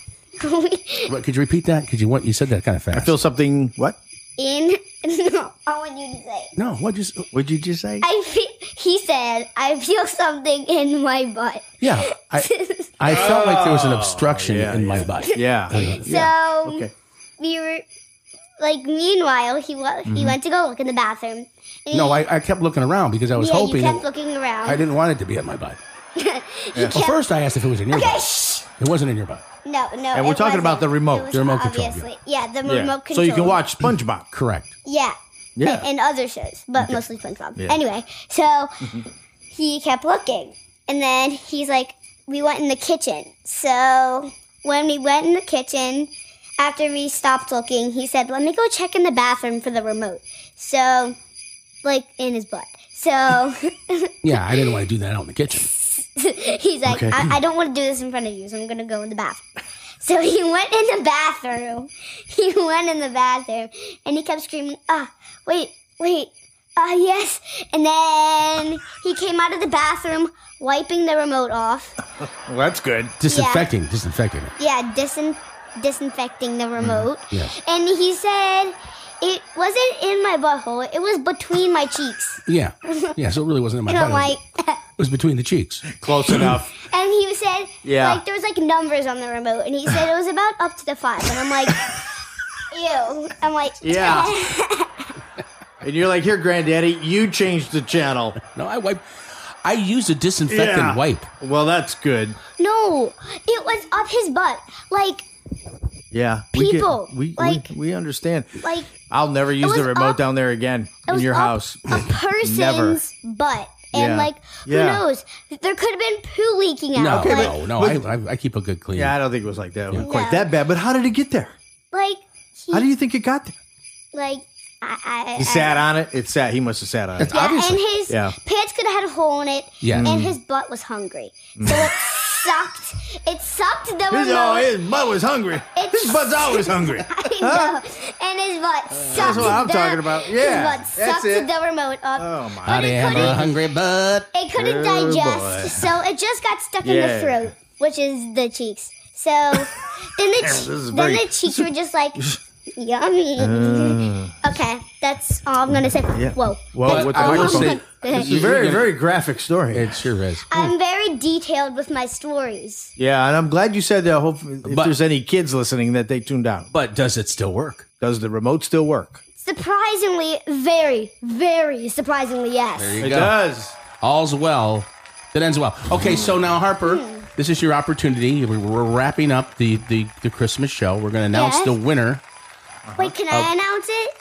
Speaker 5: we
Speaker 2: What- Could you repeat that? Could you what you said that kind of fast? I feel
Speaker 3: something. What?
Speaker 5: in. No, I want you to say.
Speaker 2: No. What just?
Speaker 3: What'd you just say?
Speaker 5: I feel, he said, "I feel something in my butt."
Speaker 2: Yeah, I, I felt like there was an obstruction in my butt.
Speaker 3: Oh, Yeah.
Speaker 5: So we were like, meanwhile, he wa- he
Speaker 2: Mhm.
Speaker 5: went to go look in the bathroom. And
Speaker 2: No,
Speaker 5: he,
Speaker 2: I, I kept looking around because I was
Speaker 5: yeah,
Speaker 2: hoping.
Speaker 5: you kept
Speaker 2: it-
Speaker 5: looking around.
Speaker 2: I didn't want it to be in my butt.
Speaker 5: Yeah.
Speaker 2: Well,
Speaker 5: kept-
Speaker 2: first I asked if it was in your
Speaker 5: Okay,
Speaker 2: butt.
Speaker 5: shh.
Speaker 2: It wasn't in your butt.
Speaker 5: No, no.
Speaker 2: And we're
Speaker 5: it
Speaker 2: talking about
Speaker 5: wasn't.
Speaker 2: the remote.
Speaker 5: It was
Speaker 2: The remote control,
Speaker 5: Obviously, yeah, the remote control.
Speaker 3: So you can watch SpongeBob.
Speaker 2: Correct.
Speaker 5: Yeah.
Speaker 3: Yeah.
Speaker 5: And, and other shows, but mostly SpongeBob.
Speaker 3: Yeah.
Speaker 5: Anyway, so he kept looking. And then he's like, we went in the kitchen. So when we went in the kitchen, after we stopped looking, he said, let me go check in the bathroom for the remote. So, like, in his butt. So
Speaker 2: Yeah, I didn't want to do that out in the kitchen.
Speaker 5: he's like,
Speaker 2: Okay.
Speaker 5: I, I don't want to do this in front of you, so I'm going to go in the bathroom. So he went in the bathroom. He went in the bathroom and he kept screaming, ah, wait, wait, ah, yes. And then he came out of the bathroom wiping the remote off.
Speaker 3: Well, that's good.
Speaker 2: Disinfecting, disinfecting it.
Speaker 5: Yeah, disin- disinfecting the remote.
Speaker 2: Yes.
Speaker 5: And he said, it wasn't in my butthole, it was between my cheeks.
Speaker 2: Yeah. Yeah. So it really wasn't in my
Speaker 5: and
Speaker 2: butt. It
Speaker 5: I'm
Speaker 2: was-
Speaker 5: like,
Speaker 2: it was between the cheeks.
Speaker 3: Close enough.
Speaker 5: And he said,
Speaker 2: Yeah.
Speaker 5: like, there was like numbers on the remote, and he said it was about up to the five. And I'm like, ew. I'm like,
Speaker 3: Yeah. And you're like, here, granddaddy, you changed the channel.
Speaker 2: No, I wiped. I used a disinfectant wipe.
Speaker 3: Well, that's good.
Speaker 5: no, it was up his butt. Like,
Speaker 3: Yeah. we get-
Speaker 5: People,
Speaker 3: We,
Speaker 5: like-
Speaker 3: we, we understand.
Speaker 5: like
Speaker 3: I'll never use
Speaker 5: was
Speaker 3: the remote
Speaker 5: up-
Speaker 3: down there again
Speaker 5: it
Speaker 3: in
Speaker 5: was
Speaker 3: your
Speaker 5: up
Speaker 3: house.
Speaker 5: a person's
Speaker 3: Never.
Speaker 5: butt. And
Speaker 3: Yeah.
Speaker 5: like, who
Speaker 3: Yeah.
Speaker 5: knows? There could have been poo leaking out.
Speaker 2: No,
Speaker 5: like,
Speaker 2: no, no. I, I, I keep a good clean.
Speaker 3: Yeah, I don't think it was like that. It wasn't quite
Speaker 5: No.
Speaker 3: that bad. But how did it get there?
Speaker 5: like he,
Speaker 3: How do you think it got there?
Speaker 5: like, I, I,
Speaker 3: He sat on it. It sat. He must have sat on it.
Speaker 5: Yeah, and his
Speaker 3: Yeah.
Speaker 5: pants could have had a hole in it.
Speaker 3: Yeah.
Speaker 5: And
Speaker 3: Mm.
Speaker 5: his butt was hungry, so it sucked. It sucked the
Speaker 3: His,
Speaker 5: remote.
Speaker 3: oh, his butt was hungry. his butt's always hungry.
Speaker 5: I know. And his butt sucked.
Speaker 3: Uh, That's what I'm
Speaker 5: the-
Speaker 3: talking about. Yeah,
Speaker 5: His butt
Speaker 3: that's
Speaker 5: sucked
Speaker 3: it.
Speaker 5: the remote up. Oh my
Speaker 2: I have a hungry butt.
Speaker 5: It couldn't
Speaker 2: Oh,
Speaker 5: digest,
Speaker 2: boy.
Speaker 5: so it just got stuck in the
Speaker 2: Yeah.
Speaker 5: throat, which is the cheeks. So then the
Speaker 3: Yeah, this
Speaker 5: che-
Speaker 3: is
Speaker 5: then
Speaker 3: very-
Speaker 5: the cheeks were just like yummy. okay, that's all I'm gonna say.
Speaker 3: Uh. Yeah.
Speaker 5: Whoa.
Speaker 3: Well,
Speaker 5: That's
Speaker 3: with the
Speaker 5: all I'm
Speaker 3: microphone.
Speaker 5: gonna-
Speaker 3: This is a very, very graphic story.
Speaker 2: It sure is.
Speaker 5: I'm very detailed with my stories.
Speaker 3: Yeah, and I'm glad you said that. Hopefully, if there's any kids listening, that they tuned out.
Speaker 2: But does it still work?
Speaker 3: Does the remote still work?
Speaker 5: Surprisingly, very, very surprisingly, yes.
Speaker 2: There you
Speaker 3: It
Speaker 2: go.
Speaker 3: does.
Speaker 2: All's well that ends well. Okay, so now Harper,
Speaker 5: Hmm.
Speaker 2: this is your opportunity. We're, we're wrapping up the, the the Christmas show. We're going to announce
Speaker 5: Yes.
Speaker 2: the winner.
Speaker 5: Wait, can I
Speaker 2: Oh.
Speaker 5: announce it?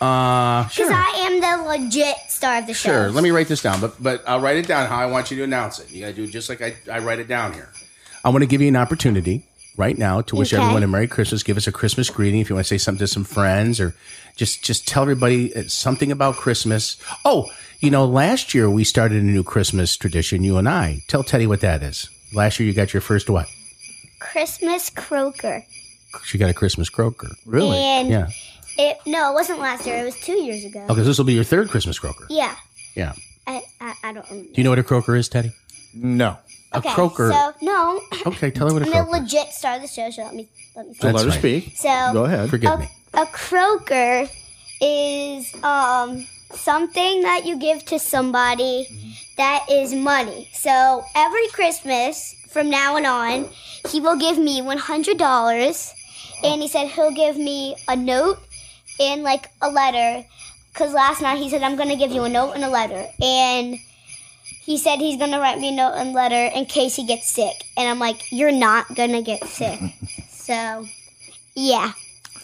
Speaker 2: Uh,
Speaker 5: Because
Speaker 2: sure,
Speaker 5: I am the legit star of the show.
Speaker 2: sure. Let me write this down, but but I'll write it down how I want you to announce it. You got to do it just like I, I write it down here. I want to give you an opportunity right now to wish
Speaker 5: Okay.
Speaker 2: everyone a Merry Christmas. Give us a Christmas greeting if you want to say something to some friends or just just tell everybody uh, something about Christmas. Oh, you know, last year we started a new Christmas tradition. You and I tell Teddy what that is. Last year you got your first what?
Speaker 5: Christmas croaker.
Speaker 2: She got a Christmas croaker.
Speaker 5: Really? And-
Speaker 2: yeah.
Speaker 5: It no, it wasn't last year. It was two years ago.
Speaker 2: Okay, so this will be your third Christmas croaker.
Speaker 5: Yeah,
Speaker 2: Yeah.
Speaker 5: I I, I don't. Remember.
Speaker 2: Do you know what a croaker is, Teddy?
Speaker 3: No.
Speaker 2: A croaker.
Speaker 5: So no,
Speaker 2: okay, tell her what a
Speaker 5: I'm
Speaker 2: croaker.
Speaker 5: the legit star of the show. So let me let me.
Speaker 2: That's
Speaker 5: finish.
Speaker 2: let her right. speak.
Speaker 5: So
Speaker 2: Go ahead. Forgive
Speaker 5: a,
Speaker 2: me.
Speaker 5: A croaker is um something that you give to somebody
Speaker 2: Mm-hmm.
Speaker 5: that is money. So every Christmas from now and on, he will give me one hundred dollars, and he said he'll give me a note and like a letter Because last night he said, I'm going to give you a note and a letter. And he said he's going to write me a note and letter in case he gets sick. And I'm like, You're not going to get sick. so, yeah.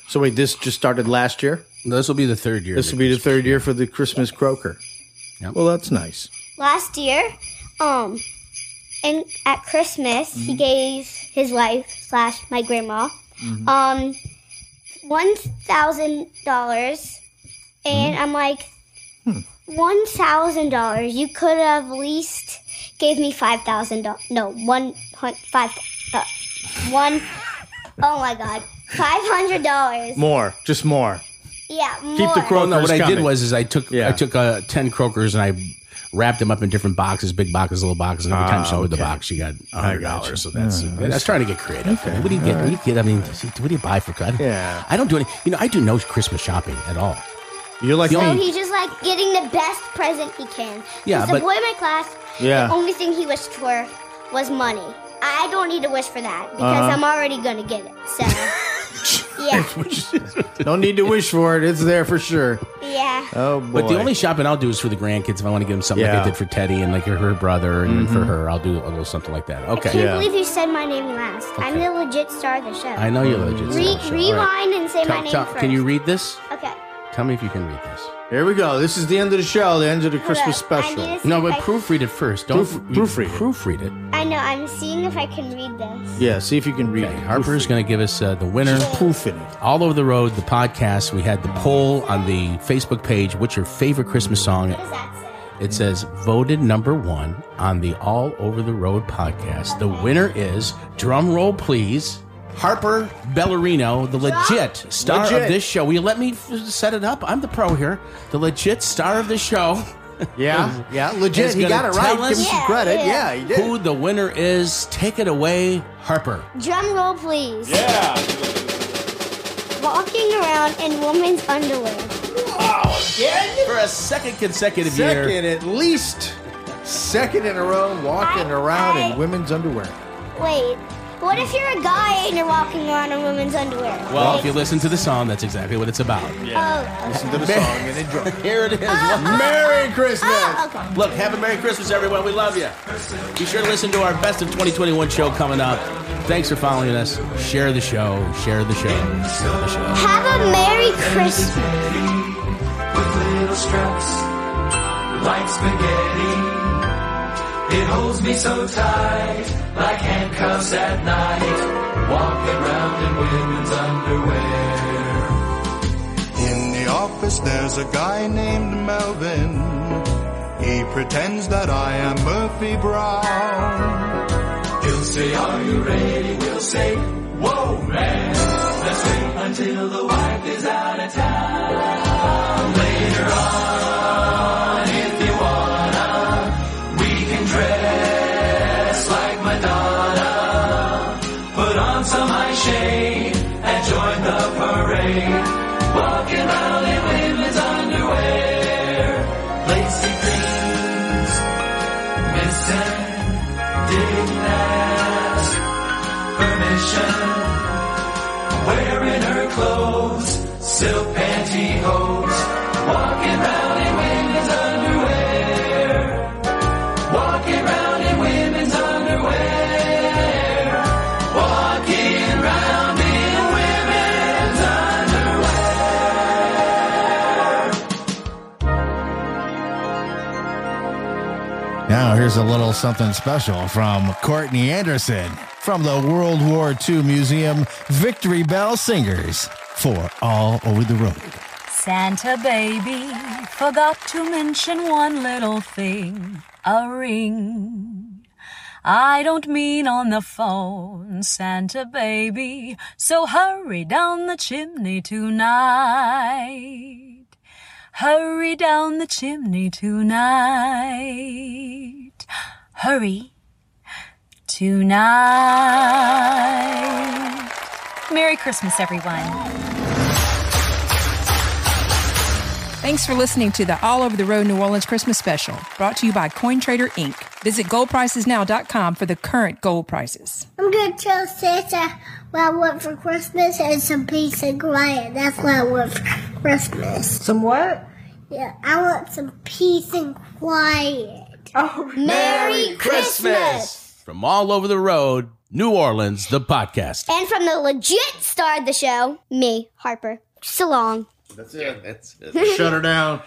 Speaker 3: So wait, this just started last year.
Speaker 2: This will be the third year.
Speaker 3: This will be the third year for the Christmas croaker. Well, that's nice.
Speaker 5: Last year, um, and at Christmas,
Speaker 2: Mm-hmm.
Speaker 5: he gave his wife slash my grandma,
Speaker 14: Mhm.
Speaker 2: Mm-hmm.
Speaker 5: um, one thousand dollars, and
Speaker 2: Mm-hmm.
Speaker 5: I'm like,
Speaker 2: Hmm.
Speaker 5: one thousand dollars. You could have at least gave me five thousand dollars. No, one hun- five, uh, one. Oh my God, five hundred dollars.
Speaker 3: More, just more.
Speaker 5: Yeah, more.
Speaker 2: Well, no, what I did
Speaker 3: coming.
Speaker 2: was is I took I took uh, ten croakers and I wrapped them up in different boxes, big boxes, little boxes. And every time
Speaker 3: Ah,
Speaker 2: she opened the
Speaker 3: okay.
Speaker 2: box, you got
Speaker 3: I
Speaker 2: hundred
Speaker 3: gotcha.
Speaker 2: dollars. So that's
Speaker 3: Yeah,
Speaker 2: I was trying to get creative. What do you get?
Speaker 3: all
Speaker 2: What do you get? I mean, what do you buy for? I don't, yeah. I don't do any. You know, I do no Christmas shopping at all.
Speaker 3: You're like
Speaker 5: so he's just like getting the best present he can.
Speaker 2: Yeah,
Speaker 5: He's the
Speaker 2: but-
Speaker 5: boy in my class,
Speaker 2: Yeah.
Speaker 5: the only thing he wished for was money. I don't need to wish for that because
Speaker 3: Uh-huh.
Speaker 5: I'm already gonna get it. So yeah,
Speaker 3: no need to wish for it. It's there for sure.
Speaker 5: yeah.
Speaker 3: Oh boy.
Speaker 2: But the only shopping I'll do is for the grandkids if I want to give them something like
Speaker 3: Yeah.
Speaker 2: I did for Teddy and like her, her brother and
Speaker 3: Mhm.
Speaker 2: for her. I'll do a little something like that.
Speaker 5: I
Speaker 2: Okay.
Speaker 5: can't believe you said my name last. I'm the legit star of the show.
Speaker 2: I know you're the legit star
Speaker 5: Re-
Speaker 2: of the show.
Speaker 5: Rewind
Speaker 2: All right.
Speaker 5: and say
Speaker 2: Tell-
Speaker 5: my name
Speaker 2: tell-
Speaker 5: first.
Speaker 2: Can you read this?
Speaker 5: Okay.
Speaker 2: Tell me if you can read this.
Speaker 3: Here we go. This is the end of the show. The end of the
Speaker 5: Hold
Speaker 3: Christmas
Speaker 5: up. I
Speaker 3: special.
Speaker 5: need to No, see but if I-
Speaker 2: proofread it first. Don't
Speaker 3: proofread it.
Speaker 2: Proofread it.
Speaker 5: I know. I'm seeing if I can read this.
Speaker 3: Yeah, see if you can read
Speaker 2: it. Harper's going to give us uh, the winner.
Speaker 3: proof in it.
Speaker 2: All over the road, the podcast. We had the poll on the Facebook page. What's your favorite Christmas song? It says voted number one on the All Over the Road podcast. The winner is drum roll, please. Harper Bellarino, the legit star
Speaker 3: Legit.
Speaker 2: of this show. Will you let me f- set it up? I'm the pro here. The legit star of the show.
Speaker 3: Yeah, yeah, legit.
Speaker 2: is
Speaker 3: He got
Speaker 2: gonna
Speaker 3: it right.
Speaker 2: tell
Speaker 3: Give him
Speaker 2: us
Speaker 3: some credit. Yeah, yeah, he did.
Speaker 2: Who the winner is? Take it away, Harper.
Speaker 5: Drum roll, please. Yeah. Walking around in woman's underwear.
Speaker 2: Again? For a second consecutive
Speaker 3: Second
Speaker 2: year.
Speaker 3: at least. Second in a row, walking around in women's underwear.
Speaker 5: Wait, what if you're a guy and you're walking around in women's underwear? oh,
Speaker 2: Well, if you listen to the song, that's exactly what it's about.
Speaker 5: Yeah.
Speaker 3: Listen to the song and enjoy.
Speaker 2: Here it is. Merry
Speaker 5: Oh,
Speaker 2: Christmas. Look, have a Merry Christmas, everyone. We love you. Be sure to listen to our Best of 2021 show coming up. Thanks for following us. Share the show. Share the show. Share the show.
Speaker 5: Have a Merry Christmas.
Speaker 15: With little scraps like spaghetti. It holds me so tight, like handcuffs at night. Walking around in women's underwear.
Speaker 16: In the office there's a guy named Melvin. He pretends that I am Murphy Brown.
Speaker 15: He'll say, Are you ready? We'll say, Whoa, man. Let's wait until the wife is out of town. Later on, if you wanna, we can dress like Madonna. Put on some high shade and join the parade. Walking around in women's underwear. Lacy things, missing didn't ask permission. Wearing her clothes, silk pantyhose, walking round in women's underwear. Walking round in women's underwear. Walking round in women's underwear.
Speaker 17: Now, here's a little something special from Courtney Anderson from the World War II Museum Victory Bell Singers for All Over the Road.
Speaker 12: Santa baby forgot to mention one little thing a ring. I don't mean on the phone, Santa baby, so hurry down the chimney tonight. Hurry down the chimney tonight. Hurry tonight. Merry Christmas, everyone.
Speaker 1: Thanks for listening to the All Over the Road New Orleans Christmas Special, brought to you by CoinTrader Inc. Visit goldpricesnow.com for the current gold prices.
Speaker 14: I'm gonna tell Santa what I want for Christmas and some peace and quiet. That's what I want for Christmas.
Speaker 18: Some what?
Speaker 14: Yeah, I want some peace and quiet. Oh,
Speaker 5: Merry
Speaker 2: From all over the road, New Orleans, the podcast.
Speaker 5: And from the legit star of the show, me, Harper. So long.
Speaker 2: That's it. That's
Speaker 5: it. Shut her
Speaker 2: down.